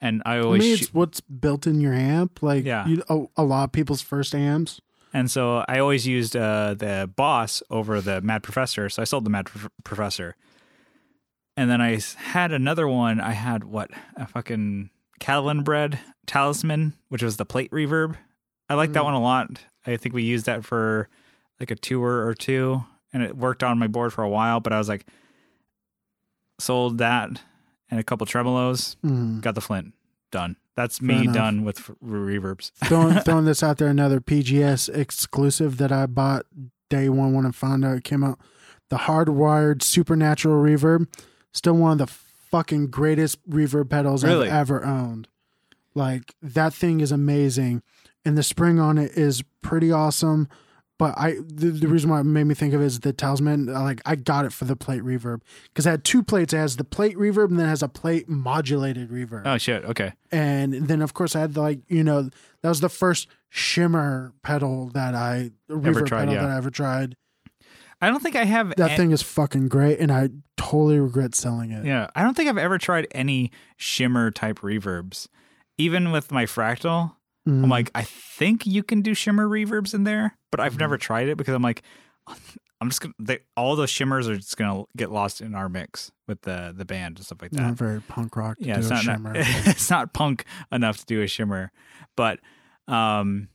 S1: And I
S3: I
S1: always
S3: mean,
S1: shoot-
S3: it's what's built in your amp. Like,
S1: Yeah.
S3: you, a, a lot of people's first amps.
S1: And so I always used uh, the boss over the Mad Professor. So I sold the Mad Prof- Professor. And then I s- had another one. I had what? A fucking Catalan bread talisman, which was the plate reverb. I liked
S3: Mm.
S1: that one a lot. I think we used that for like a tour or two. And it worked on my board for a while. But I was like, sold that and a couple tremolos,
S3: Mhm.
S1: got the Flint done. That's me
S3: enough.
S1: done with f- reverbs.
S3: throwing throwing this out there, another PGS exclusive that I bought day one when I found out it came out. The hardwired supernatural reverb, still one of the fucking greatest reverb pedals
S1: Really?
S3: I've ever owned. Like that thing is amazing, and the spring on it is pretty awesome. But I, the, the reason why it made me think of it is the talisman. Like I got it for the plate reverb because I had two plates. It has the plate reverb and then it has a plate modulated reverb
S1: Oh, shit. Okay.
S3: and then of course I had like you know that was the first shimmer pedal that I reverb
S1: tried,
S3: pedal
S1: yeah.
S3: that I ever tried.
S1: I don't think I have
S3: That
S1: a-
S3: thing is fucking great, and I totally regret selling it.
S1: Yeah, I don't think I've ever tried any shimmer type reverbs. Even with my fractal,
S3: Mm.
S1: I'm like, I think you can do shimmer reverbs in there, but I've never tried it because I'm like, I'm just gonna they, all those shimmers are just gonna get lost in our mix with the the band and stuff like that.
S3: not very punk rock. To
S1: yeah,
S3: do
S1: it's
S3: a
S1: not,
S3: shimmer.
S1: it's not punk enough to do a shimmer, but um,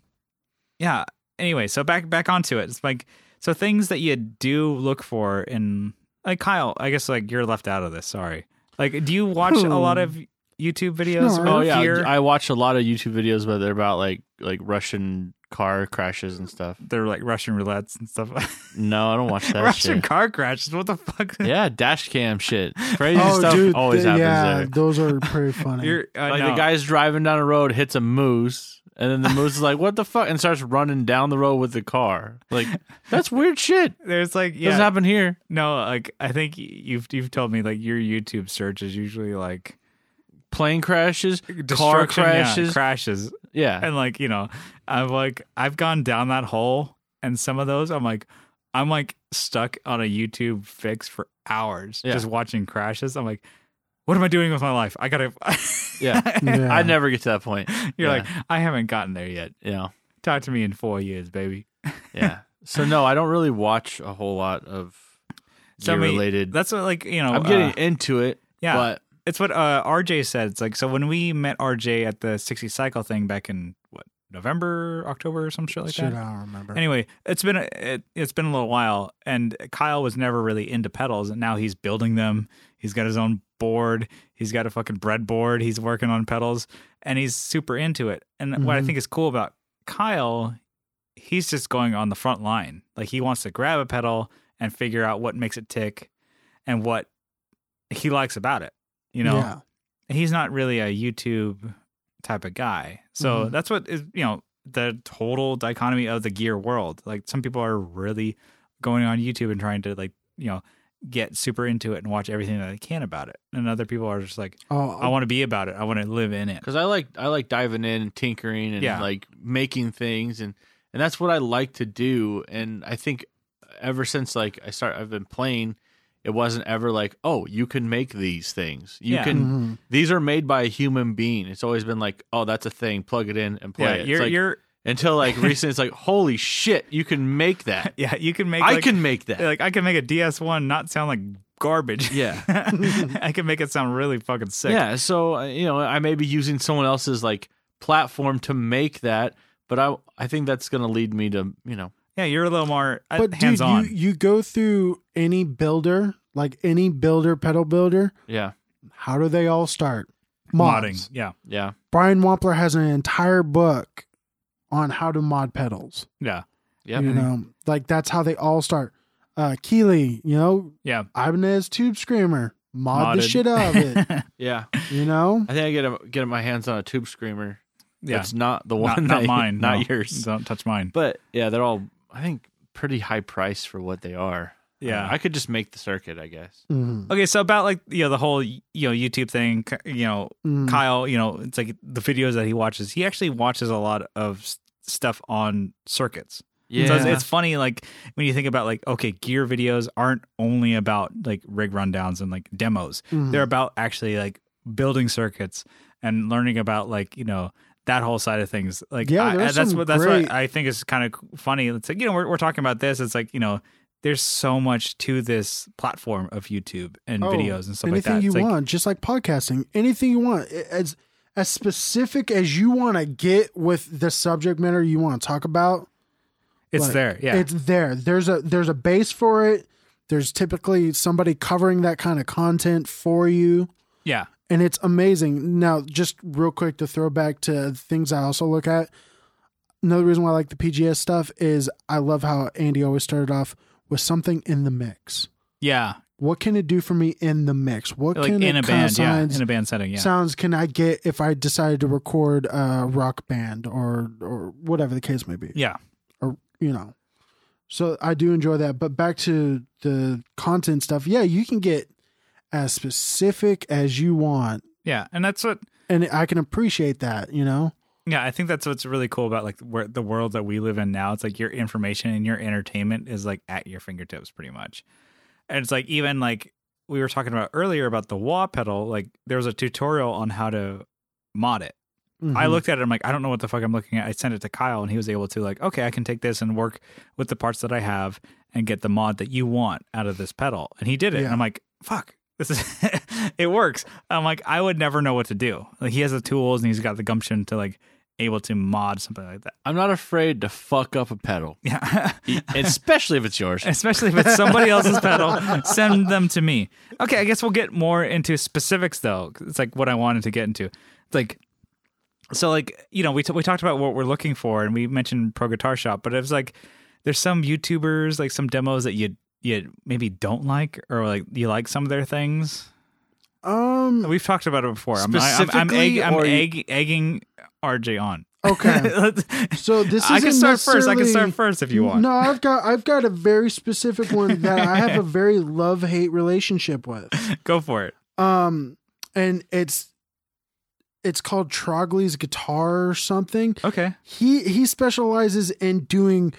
S1: yeah. Anyway, so back back onto it. It's like so things that you do look for in like Kyle. I guess like you're left out of this. Sorry. Like, do you watch a lot
S3: Hmm.
S1: of YouTube videos?
S3: Sure.
S1: about
S2: Oh yeah,
S1: fear?
S2: I watch a lot of YouTube videos, but they're about like like Russian car crashes and stuff.
S1: they're like Russian roulettes and stuff.
S2: No, I don't watch that
S1: Russian
S2: shit.
S1: car crashes. What the fuck?
S2: yeah, dash cam shit. Crazy
S3: Oh,
S2: stuff
S3: dude,
S2: always happens
S3: th- yeah,
S2: there.
S3: those are pretty funny.
S1: You're, uh,
S2: Like
S1: no.
S2: the guy's driving down a road, hits a moose, and then the moose is like, "What the fuck?" and starts running down the road with the car. Like that's weird shit.
S1: There's like yeah.
S2: Doesn't happen here.
S1: no, like I think you've you've told me like your YouTube search is usually like
S2: Plane crashes, car
S1: Destruction, yeah,
S2: crashes. Yeah,
S1: crashes, and like you know, I've like I've gone down that hole, and some of those I'm like, I'm like stuck on a YouTube fix for hours,
S2: Yeah.
S1: just watching crashes. I'm like, what am I doing with my life? I gotta.
S2: Yeah.
S3: Yeah.
S2: I never get to that point.
S1: You're
S2: Yeah.
S1: like, I haven't gotten there yet.
S2: you know.
S1: Talk to me in four years, baby.
S2: Yeah. So no, I don't really watch a whole lot of
S1: So, I
S2: gear
S1: mean,
S2: related.
S1: That's what like you know.
S2: I'm
S1: uh,
S2: getting into it.
S1: yeah.
S2: But
S1: it's what uh, RJ said. It's like so when we met RJ at the 60 cycle thing back in what November, October, or some shit like
S3: Shit,
S1: that.
S3: I don't remember.
S1: Anyway, it's been a, it, it's been a little while, and Kyle was never really into pedals, and now he's building them. He's got his own board. He's got a fucking breadboard. He's working on pedals, and he's super into it. And what I
S3: Mhm.
S1: think is cool about Kyle, he's just going on the front line. Like he wants to grab a pedal and figure out what makes it tick, and what he likes about it. You know,
S3: yeah.
S1: he's not really a YouTube type of guy. So
S2: Mm-hmm.
S3: Mhm.
S1: that's what is, you know, the total dichotomy of the gear world. Like some people are really going on YouTube and trying to like, you know, get super into it and watch everything that they can about it. And other people are just like,
S3: Oh,
S1: I want to be about it. I want to live in it.
S2: because I like I like diving in and tinkering and
S1: Yeah.
S2: like making things and and that's what I like to do. And I think ever since like I start I've been playing, it wasn't ever like, oh, you can make these things. You
S1: Yeah. Mm-hmm.
S2: can
S3: Mhm.
S2: these are made by a human being. It's always been like, oh, that's a thing, plug it in and play
S1: Yeah,
S2: it. It's
S1: you're,
S2: like-
S1: you're,
S2: until like recently it's like, holy shit, you can make that.
S1: yeah, you can make,
S2: I
S1: like-
S2: can make that.
S1: like, I can make a DS1 not sound like garbage.
S2: Yeah.
S1: I can make it sound really fucking sick.
S2: Yeah, so uh, you know, I may be using someone else's like platform to make that, but I I think that's going to lead me to, you know,
S1: Yeah. You're a little more uh,
S3: but
S1: hands
S3: dude,
S1: on.
S3: you you go through any builder, like any builder pedal builder.
S2: yeah,
S3: How do they all start?
S1: modding.
S3: Mods.
S1: Yeah.
S2: yeah.
S3: Brian Wampler has an entire book on how to mod pedals.
S1: Yeah.
S2: Yep.
S3: You know, like that's how they all start. Uh Keely, you know,
S1: Yeah.
S3: Ibanez Tube Screamer, mod the
S2: Modded.
S3: shit out of it.
S2: Yeah.
S3: you know?
S2: I think I get a, get my hands on a tube screamer.
S1: Yeah.
S2: That's not the
S1: not,
S2: one
S1: not
S2: that-
S1: mine.
S2: not
S1: no.
S2: yours.
S1: Don't touch mine.
S2: But yeah, they're all I think pretty high price for what they are. Uh, I could just make the circuit, I guess.
S3: Mhm.
S1: okay. So about like you know the whole you know YouTube thing. K- You know
S2: Mm-hmm.
S3: Mhm.
S1: Kyle. You know it's like the videos that he watches. He actually watches a lot of s- stuff on circuits. So it's, it's funny like when you think about like okay, gear videos aren't only about like rig rundowns and like demos.
S3: Mhm.
S1: They're about actually like building circuits and learning about like you know that whole side of things. Like
S3: Yeah,
S1: I-
S3: there are
S1: that's
S3: some
S1: what that's
S3: great-
S1: what I think is kind of funny. It's like you know we're we're talking about this. It's like you know there's so much to this platform of YouTube and
S3: Oh,
S1: videos and stuff like
S3: anything
S1: that.
S3: you
S1: It's like,
S3: want, just like podcasting, anything you want, I- as as specific as you want to get with the subject matter you want to talk about.
S1: it's
S3: like,
S1: there. Yeah,
S3: It's there. There's a there's a base for it. There's typically somebody covering that kind of content for you,
S1: yeah.
S3: and it's amazing. Now, just real quick to throw back to things I also look at. Another reason why I like the PGS stuff is I love how Andy always started off with something in the mix.
S1: Yeah,
S3: What can it do for me in the mix? What
S1: like
S3: can
S1: in
S3: it
S1: a
S3: kinda
S1: band, yeah,
S3: signs-
S1: in a band setting, yeah,
S3: sounds can I get if I decided to record a rock band or or whatever the case may be,
S1: yeah,
S3: or you know. So I do enjoy that, but back to the content stuff. Yeah, you can get as specific as you want,
S1: yeah. And that's what
S3: and I can appreciate that. You know,
S1: Yeah, I think that's what's really cool about like where the world that we live in now. It's like your information and your entertainment is like at your fingertips pretty much. And it's like even like we were talking about earlier about the wah pedal, like there was a tutorial on how to mod it. I
S3: Mhm.
S1: looked at it, I'm like, I don't know what the fuck I'm looking at. I sent it to Kyle and he was able to like, okay, I can take this and work with the parts that I have and get the mod that you want out of this pedal. And he did it.
S3: Yeah.
S1: And I'm like, fuck. This is it works. I'm like, I would never know what to do. Like he has the tools and he's got the gumption to like able to mod something like that.
S2: I'm not afraid to fuck up a pedal,
S1: Yeah.
S2: especially if it's yours.
S1: Especially if it's somebody else's pedal, send them to me. Okay, I guess we'll get more into specifics though. It's like what I wanted to get into. It's like, so like you know we t- we talked about what we're looking for and we mentioned Pro Guitar Shop, but it was like there's some YouTubers like some demos that you you maybe don't like or like you like some of their things.
S3: Um.
S1: We've talked about it before. I'm I'm, I'm, egg,
S2: Specifically,
S1: I'm
S2: or you-
S1: egg, egging RJ on.
S3: Okay. So this
S1: I can
S3: isn't
S1: start first. I can
S3: necessarily-
S1: start first if you want.
S3: No, I've got I've got a very specific one that I have a very love hate relationship with.
S1: Go for it.
S3: um and it's it's called Trogley's guitar or something.
S1: Okay.
S3: He he specializes in doing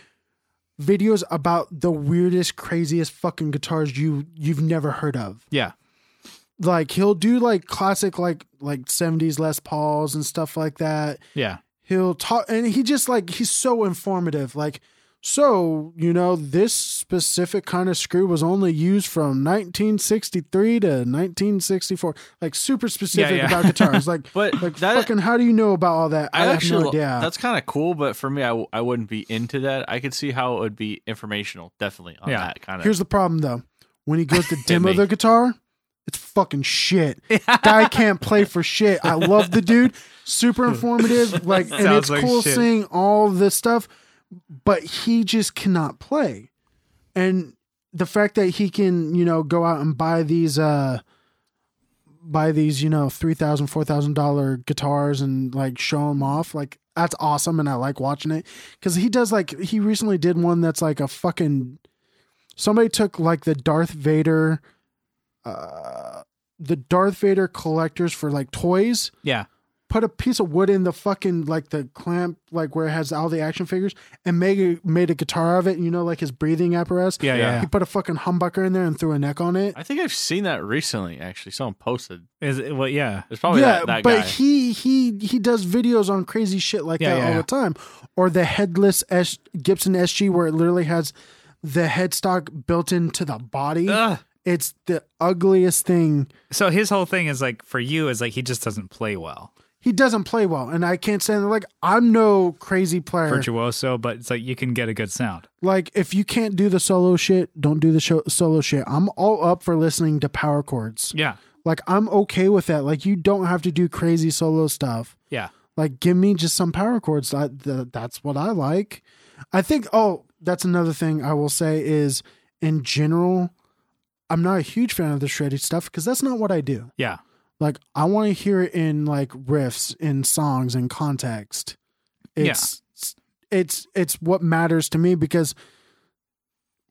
S3: videos about the weirdest, craziest fucking guitars you you've never heard of.
S1: Yeah.
S3: Like he'll do like classic like like 70s Les Pauls and stuff like that.
S1: Yeah.
S3: He'll talk and he just like he's so informative. Like so, you know, this specific kind of screw was only used from 1963 to 1964. Like super specific
S1: yeah.
S3: about guitars. Like
S2: But
S3: like
S2: that-
S3: fucking how do you know about all that? I,
S2: I
S3: have
S2: actually,
S3: no idea.
S2: that's kind of cool, but for me, I, w- I wouldn't be into that. I could see how it would be informational, definitely on
S1: Yeah.
S2: that kind of.
S3: Here's the problem though. When he goes to
S2: me.
S3: demo the guitar, it's fucking shit. Guy can't play for shit. I love the dude. Super informative. Like and
S1: Sounds
S3: it's
S1: like
S3: cool
S1: shit.
S3: seeing all this stuff, but he just cannot play. And the fact that he can, you know, go out and buy these uh buy these, you know, three thousand, four thousand dollar guitars and like show them off, like that's awesome, and I like watching it because he does like he recently did one that's like a fucking somebody took like the Darth Vader, uh, the Darth Vader collectors for like toys,
S1: Yeah.
S3: put a piece of wood in the fucking like the clamp, like where it has all the action figures, and made a, made a guitar of it. You know, like his breathing apparatus.
S1: Yeah.
S2: Yeah.
S1: Yeah.
S3: He put a fucking humbucker in there and threw a neck on it.
S2: I think I've seen that recently. Actually, someone posted.
S1: Is it, well, Oh, yeah.
S2: There's probably
S3: yeah,
S2: that, that
S3: but
S2: guy.
S3: he he he does videos on crazy shit like
S1: Yeah,
S3: that
S1: yeah,
S3: all
S1: yeah.
S3: the time. Or the headless S- Gibson SG, where it literally has the headstock built into the body.
S1: Ugh.
S3: It's the ugliest thing.
S1: So his whole thing is like for you is like he just doesn't play well,
S3: he doesn't play well, and I can't say like I'm no crazy player.
S1: virtuoso, but it's like you can get a good sound.
S3: Like if you can't do the solo shit, don't do the show, solo shit. I'm all up for listening to power chords.
S1: Yeah,
S3: Like I'm okay with that. Like you don't have to do crazy solo stuff.
S1: yeah,
S3: Like give me just some power chords. I, th- that's what I like. I think. Oh, that's another thing I will say is in general, I'm not a huge fan of the shreddy stuff because that's not what I do.
S1: yeah,
S3: like I want to hear it in like riffs in songs and context. It's it's it's what matters to me because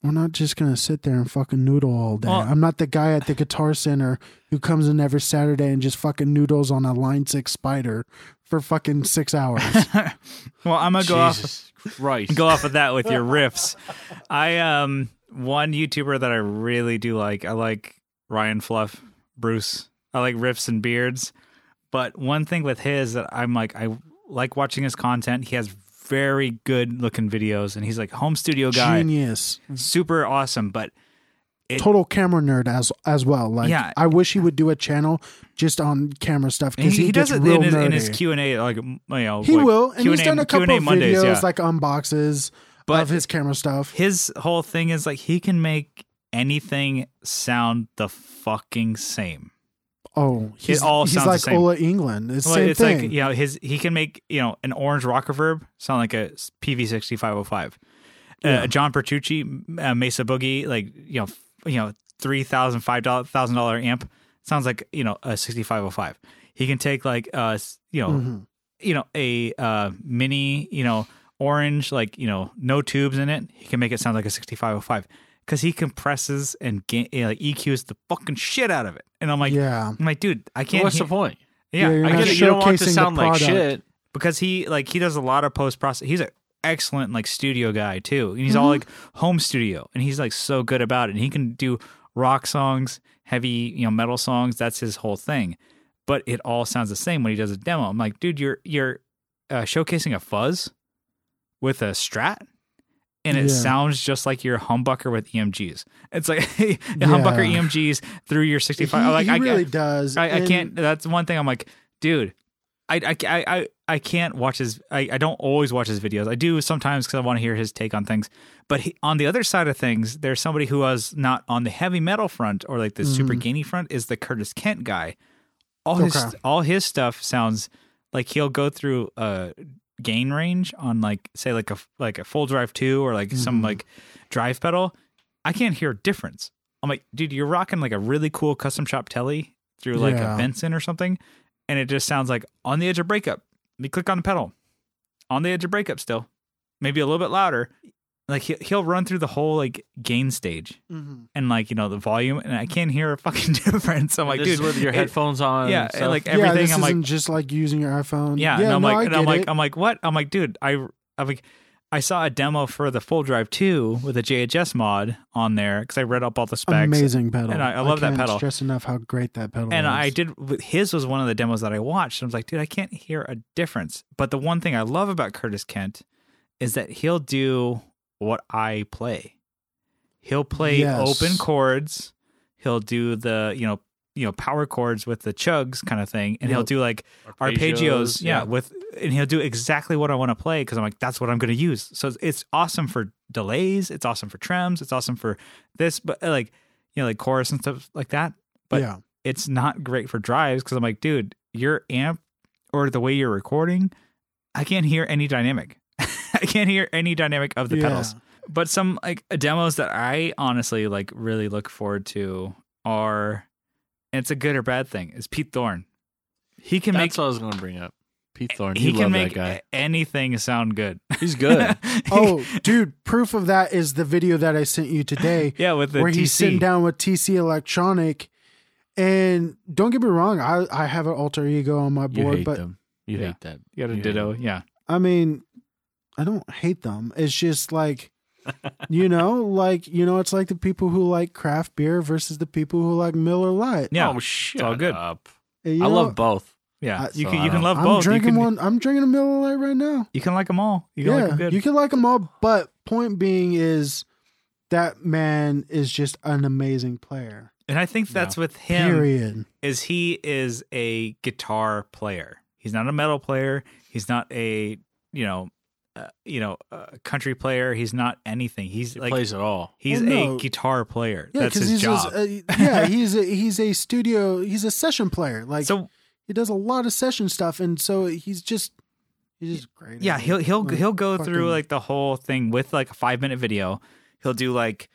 S3: we're not just gonna sit there and fucking noodle all day.
S1: Well-
S3: I'm not the guy at the guitar center who comes in every Saturday and just fucking noodles on a line six spider for fucking six hours.
S1: Well, I'm gonna go off
S2: Jesus Christ.
S1: go off of that with your riffs. I um one YouTuber that I really do like. I like Ryan Fluff, Bruce. I like riffs and beards. But one thing with his that I'm like, I like watching his content. He has very good looking videos, and he's like home studio guy,
S3: Genius.
S1: super awesome. But It-
S3: Total camera nerd as as well. Like
S1: Yeah.
S3: I wish he would do a channel just on camera stuff
S1: he,
S3: because he,
S1: he
S3: gets
S1: does it
S3: real
S1: in his, in his
S3: nerdy.
S1: Q and A, like you know,
S3: he
S1: like
S3: will, and he's
S1: Q&A
S3: done a couple
S1: Q&A
S3: of
S1: Mondays,
S3: videos
S1: yeah.
S3: like unboxes
S1: But-
S3: of his camera stuff.
S1: his whole thing is like he can make anything sound the fucking same.
S3: Oh, he's,
S1: all
S3: he's
S1: sounds the
S3: like
S1: same.
S3: Ola England. It's the
S1: Well,
S3: same
S1: it's
S3: thing.
S1: like you know his he can make you know an orange rock reverb sound like a PV sixty five hundred five. Uh, John Pertucci uh, Mesa Boogie like you know f- you know three thousand five thousand dollar amp sounds like you know a sixty five hundred five. He can take like uh s- you
S3: Mm-hmm.
S1: know you know a uh mini you know orange like you know no tubes in it. He can make it sound like a sixty five hundred five because he compresses and ga- uh, like EQs the fucking shit out of it. And I'm like,
S3: yeah,
S1: I'm like, dude, I can't.
S2: What's
S1: hear-
S2: the point?
S1: yeah,
S3: Yeah, you're
S1: I
S2: I
S1: get
S3: not
S2: get
S1: it.
S2: it. You don't want it
S3: showcasing
S2: to
S3: the
S2: sound like
S3: product.
S2: shit.
S1: because he like he does a lot of post process. He's an excellent like studio guy too, and he's all
S3: Mm-hmm.
S1: like home studio, and he's like so good about it. And he can do rock songs, heavy you know metal songs. That's his whole thing. But it all sounds the same when he does a demo. I'm like, dude, you're you're uh, showcasing a fuzz with a Strat, and it
S3: Yeah.
S1: sounds just like your humbucker with EMGs. It's like humbucker
S3: Yeah.
S1: EMGs through your 65.
S3: He,
S1: like
S3: he
S1: I
S3: really does.
S1: I, I
S3: and-
S1: can't. That's one thing. I'm like, dude, I, I, I, I, I can't watch his. I, I don't always watch his videos. I do sometimes because I want to hear his take on things. But he, on the other side of things, there's somebody who was not on the heavy metal front or like the super gainy front is the Curtis Kent guy. All his
S3: Okay.
S1: all his stuff sounds like he'll go through a gain range on like say like a like a full drive two or like some like drive pedal. I can't hear a difference. I'm like, dude, you're rocking like a really cool custom shop telly through like
S3: Yeah.
S1: a Benson or something, and it just sounds like on the edge of breakup. Me click on the pedal, on the edge of breakup still, maybe a little bit louder. Like he- he'll run through the whole like gain stage
S3: Mhm.
S1: and like you know the volume, and I can't hear a fucking difference. I'm like,
S2: this
S1: dude,
S2: is with your
S1: it-
S2: headphones on.
S1: yeah,
S2: and
S1: and,
S2: stuff.
S1: like
S3: yeah,
S1: everything.
S3: this
S1: I'm like,
S3: isn't just like using your iPhone.
S1: yeah, and I'm
S3: no, I
S1: like, and I'm
S3: get
S1: like,
S3: it.
S1: I'm like, what? I'm like, dude, I, I'm like, I saw a demo for the full drive two with a JHS mod on there because I read up all the specs.
S3: amazing pedal.
S1: And I- I love that
S3: can't
S1: pedal.
S3: Stress enough how great that pedal.
S1: And
S3: is.
S1: I did his was one of the demos that I watched. And I was like, dude, I can't hear a difference. But the one thing I love about Curtis Kent is that he'll do what I play. He'll play
S3: Yes.
S1: open chords. He'll do the you know you know power chords with the chugs kind of thing, and he'll
S3: Yep.
S1: do like arpeggios, yeah, with and he'll do exactly what I want to play because I'm like that's what I'm going to use. So it's, it's awesome for delays. It's awesome for trems. It's awesome for this, but uh, like you know like chorus and stuff like that. But
S3: yeah,
S1: it's not great for drives because I'm like, dude, your amp or the way you're recording, I can't hear any dynamic. I can't hear any dynamic of the
S3: yeah.
S1: pedals. But some like demos that I honestly like really look forward to are, and it's a good or bad thing, is Pete Thorne. He can
S2: That's
S1: make
S2: what I was going to bring up. Pete Thorne.
S1: he
S2: you love
S1: can make
S2: that guy.
S1: a- anything sound good.
S2: He's good.
S3: Oh, dude, proof of that is the video that I sent you today.
S1: yeah, with the
S3: where
S1: TC.
S3: he's sitting down with TC Electronic. And don't get me wrong, I, I have an alter ego on my
S2: you
S3: board,
S2: hate
S3: but
S2: them. You
S1: Yeah.
S2: hate that.
S1: You got a
S2: You hate
S1: ditto, yeah.
S3: I mean, I don't hate them. It's just like, you know, like you know, it's like the people who like craft beer versus the people who like Miller Lite.
S1: Yeah.
S2: Oh, shit.
S1: all good.
S2: Up.
S3: You
S2: I
S3: know,
S2: love both.
S1: yeah.
S3: I-
S1: you
S2: so
S1: can
S2: I
S1: you can
S2: don't-
S1: love
S3: I'm
S1: both.
S3: drinking
S1: you can,
S3: one. I'm drinking a Miller Lite right now.
S1: You can like them all. You can like them good.
S3: you can like them all, but point being is that man is just an amazing player.
S1: and I think that's with him.
S3: Period.
S1: is he is a guitar player. He's not a metal player. He's not a you know uh, you know uh, country player. He's not anything. He's
S2: He
S1: like
S2: plays it all.
S1: he's
S3: Well, no.
S1: a guitar player.
S3: Yeah,
S1: That's
S3: because
S1: his
S3: he's
S1: job.
S3: A, uh, yeah, he's a he's a studio. He's a session player. Like
S1: so
S3: he does a lot of session stuff, and so he's just he's just great. at
S1: yeah,
S3: it.
S1: he'll he'll
S3: Like,
S1: he'll go
S3: fucking-
S1: through like the whole thing with like a five minute video. He'll do like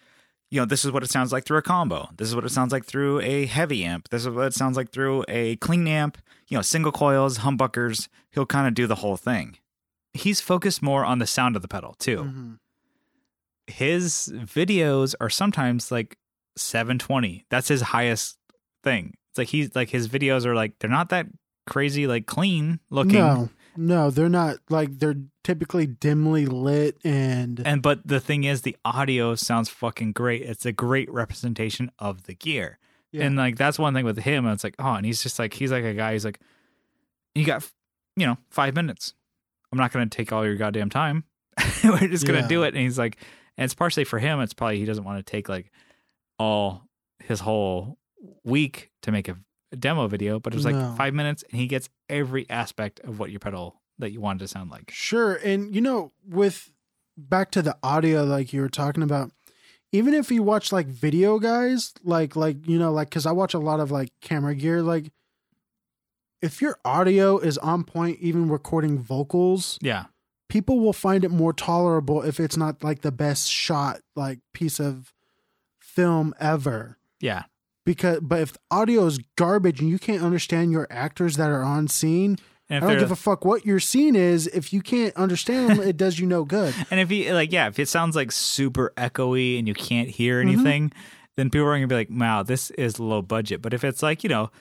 S1: you know this is what it sounds like through a combo. This is what it sounds like through a heavy amp. This is what it sounds like through a clean amp. You know single coils, humbuckers. He'll kind of do the whole thing. He's focused more on the sound of the pedal too.
S3: Mhm.
S1: his videos are sometimes like 720 that's his highest thing it's like he's like his videos are like they're not that crazy like clean looking
S3: No, no, they're not. Like they're typically dimly lit, and,
S1: and but the thing is the audio sounds fucking great it's a great representation of the gear
S3: Yeah.
S1: And like that's one thing with him. It's like, oh, and he's just like he's like a guy who's like, you got you know, five minutes. I'm not gonna take all your goddamn time. We're just gonna
S3: Yeah.
S1: do it. And he's like, and it's partially for him, it's probably he doesn't want to take like all his whole week to make a demo video, but it was like
S3: No.
S1: five minutes and he gets every aspect of what your pedal that you wanted to sound like.
S3: Sure. And you know, with back to the audio like you were talking about, even if you watch like video guys, like like you know, like cuz I watch a lot of like camera gear like if your audio is on point even recording vocals,
S1: Yeah.
S3: people will find it more tolerable if it's not like the best shot like piece of film ever.
S1: Yeah.
S3: Because but if the audio is garbage and you can't understand your actors that are on scene,
S1: And if
S3: I don't
S1: they're-
S3: give a fuck what your scene is. If you can't understand them, it does you no good.
S1: And if you like, yeah, if it sounds like super echoey and you can't hear anything, then people are gonna be like, "Wow, this is low budget." But if it's like, you know,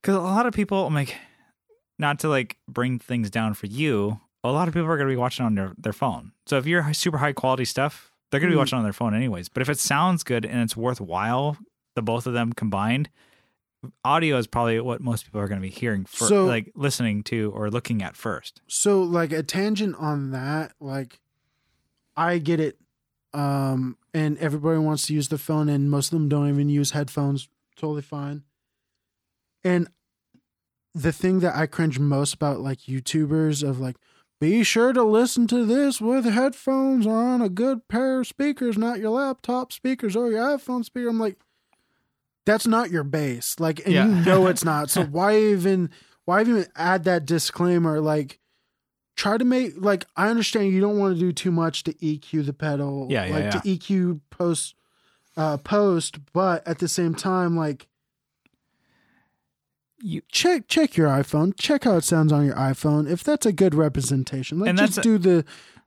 S1: because a lot of people, I'm like, not to like bring things down for you, a lot of people are gonna be watching on their their phone. So if you're super high quality stuff, they're gonna be
S3: Mm.
S1: watching on their phone anyways. But if it sounds good and it's worthwhile, the both of them combined. Audio is probably what most people are going to be hearing, for,
S3: So-
S1: like listening to or looking at first.
S3: So, like a tangent on that, like I get it. Um, and everybody wants to use the phone, and most of them don't even use headphones. Totally fine. And the thing that I cringe most about like YouTubers of like, be sure to listen to this with headphones on, a good pair of speakers, not your laptop speakers or your iPhone speaker. I'm like, that's not your base. Like, and you
S1: Yeah.
S3: know it's not. So why even why even add that disclaimer? Like, try to make like I understand you don't want to do too much to EQ the pedal.
S1: Yeah, yeah,
S3: like to EQ post uh post, but at the same time, like
S1: You-
S3: check check your iPhone, check how it sounds on your iPhone. If that's a good representation, like
S1: And
S3: just
S1: that's
S3: do the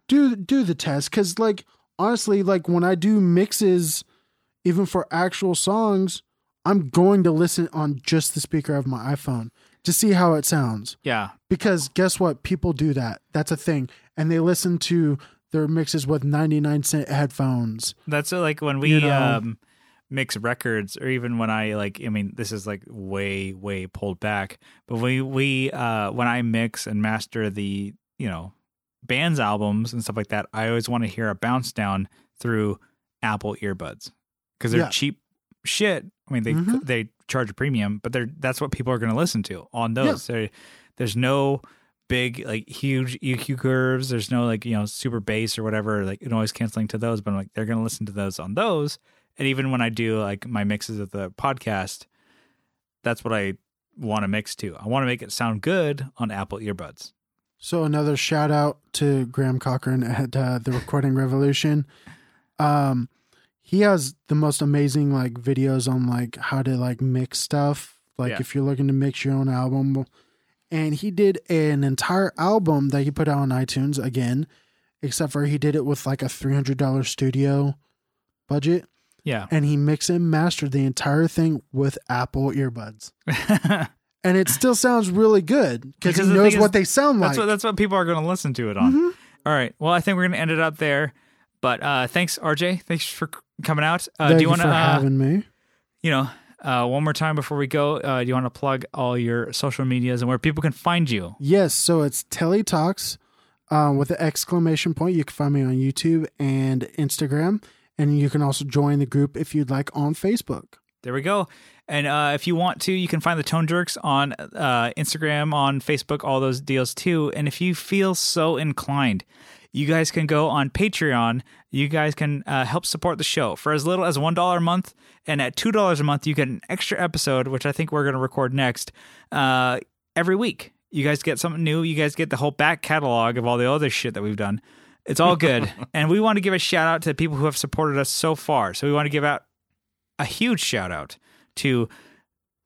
S3: do do the test. Cause like honestly, like when I do mixes, even for actual songs, I'm going to listen on just the speaker of my iPhone to see how it sounds
S1: Yeah,
S3: because guess what people do that that's a thing and they listen to their mixes with 99 cent headphones
S1: That's uh, like when we
S3: You know?
S1: um, mix records, or even when I like. I mean, this is like way, way pulled back. But we we uh, when I mix and master the you know bands albums and stuff like that, I always want to hear a bounce down through Apple earbuds because they're
S3: Yeah.
S1: cheap shit. I mean, they
S3: Mhm.
S1: they charge a premium, but they're that's what people are going to listen to on those. There- There's no big like huge EQ curves. There's no like you know super bass or whatever like noise canceling to those. But I'm like they're gonna listen to those on those. And even when I do like my mixes of the podcast, that's what I want to mix to. I want to make it sound good on Apple earbuds.
S3: so another shout out to graham cochran at uh, the recording revolution um he has the most amazing like videos on like how to like mix stuff like
S1: Yeah.
S3: if you're looking to mix your own album and he did an entire album that he put out on itunes again except for he did it with like a $300 studio budget
S1: Yeah,
S3: and he mixed and mastered the entire thing with Apple earbuds. And it still sounds really good because
S1: Because
S3: he
S1: the
S3: knows
S1: thing
S3: what
S1: is-
S3: they sound like.
S1: that's what that's what people are gonna listen to it on.
S3: Mhm.
S1: All right. Well, I think we're gonna end it up there. But uh, thanks, RJ. Thanks for c- coming out. Uh,
S3: Thank
S1: do
S3: you
S1: you want to
S3: for
S1: uh,
S3: having me?
S1: you know, uh, one more time before we go, uh, do you want to plug all your social medias and where people can find you?
S3: Yes, so it's Teletalks uh, with an exclamation point. You can find me on YouTube and Instagram, and you can also join the group if you'd like on Facebook.
S1: There we go. And uh, if you want to, you can find the Tone Jerks on uh, Instagram, on Facebook, all those deals too. And if you feel so inclined, you guys can go on Patreon. You guys can uh, help support the show for as little as $1 a month. And at $2 a month, you get an extra episode, which I think we're going to record next uh, every week. You guys get something new. You guys get the whole back catalog of all the other shit that we've done. It's all good. and we want to give a shout out to the people who have supported us so far. So we want to give out a huge shout out to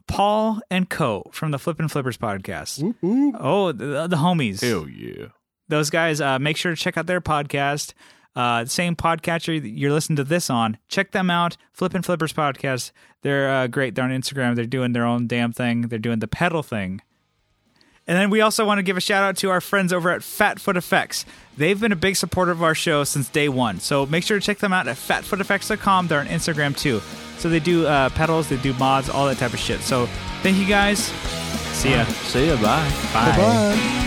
S1: Paul and Co from the Flippin' Flippers podcast. Oh, the, the homies.
S2: Hell yeah.
S1: Those guys, uh, make sure to check out their podcast. Uh, same podcatcher that you're listening to this on. Check them out. Flippin' Flippers podcast. They're uh, great. They're on Instagram. They're doing their own damn thing. They're doing the pedal thing. And then we also want to give a shout out to our friends over at Fatfoot Effects. They've been a big supporter of our show since day one. So make sure to check them out at fatfooteffects.com. They're on Instagram too. So they do uh, pedals, they do mods, all that type of shit. So thank you guys. See ya.
S2: See ya. Bye.
S1: Bye.
S3: Bye.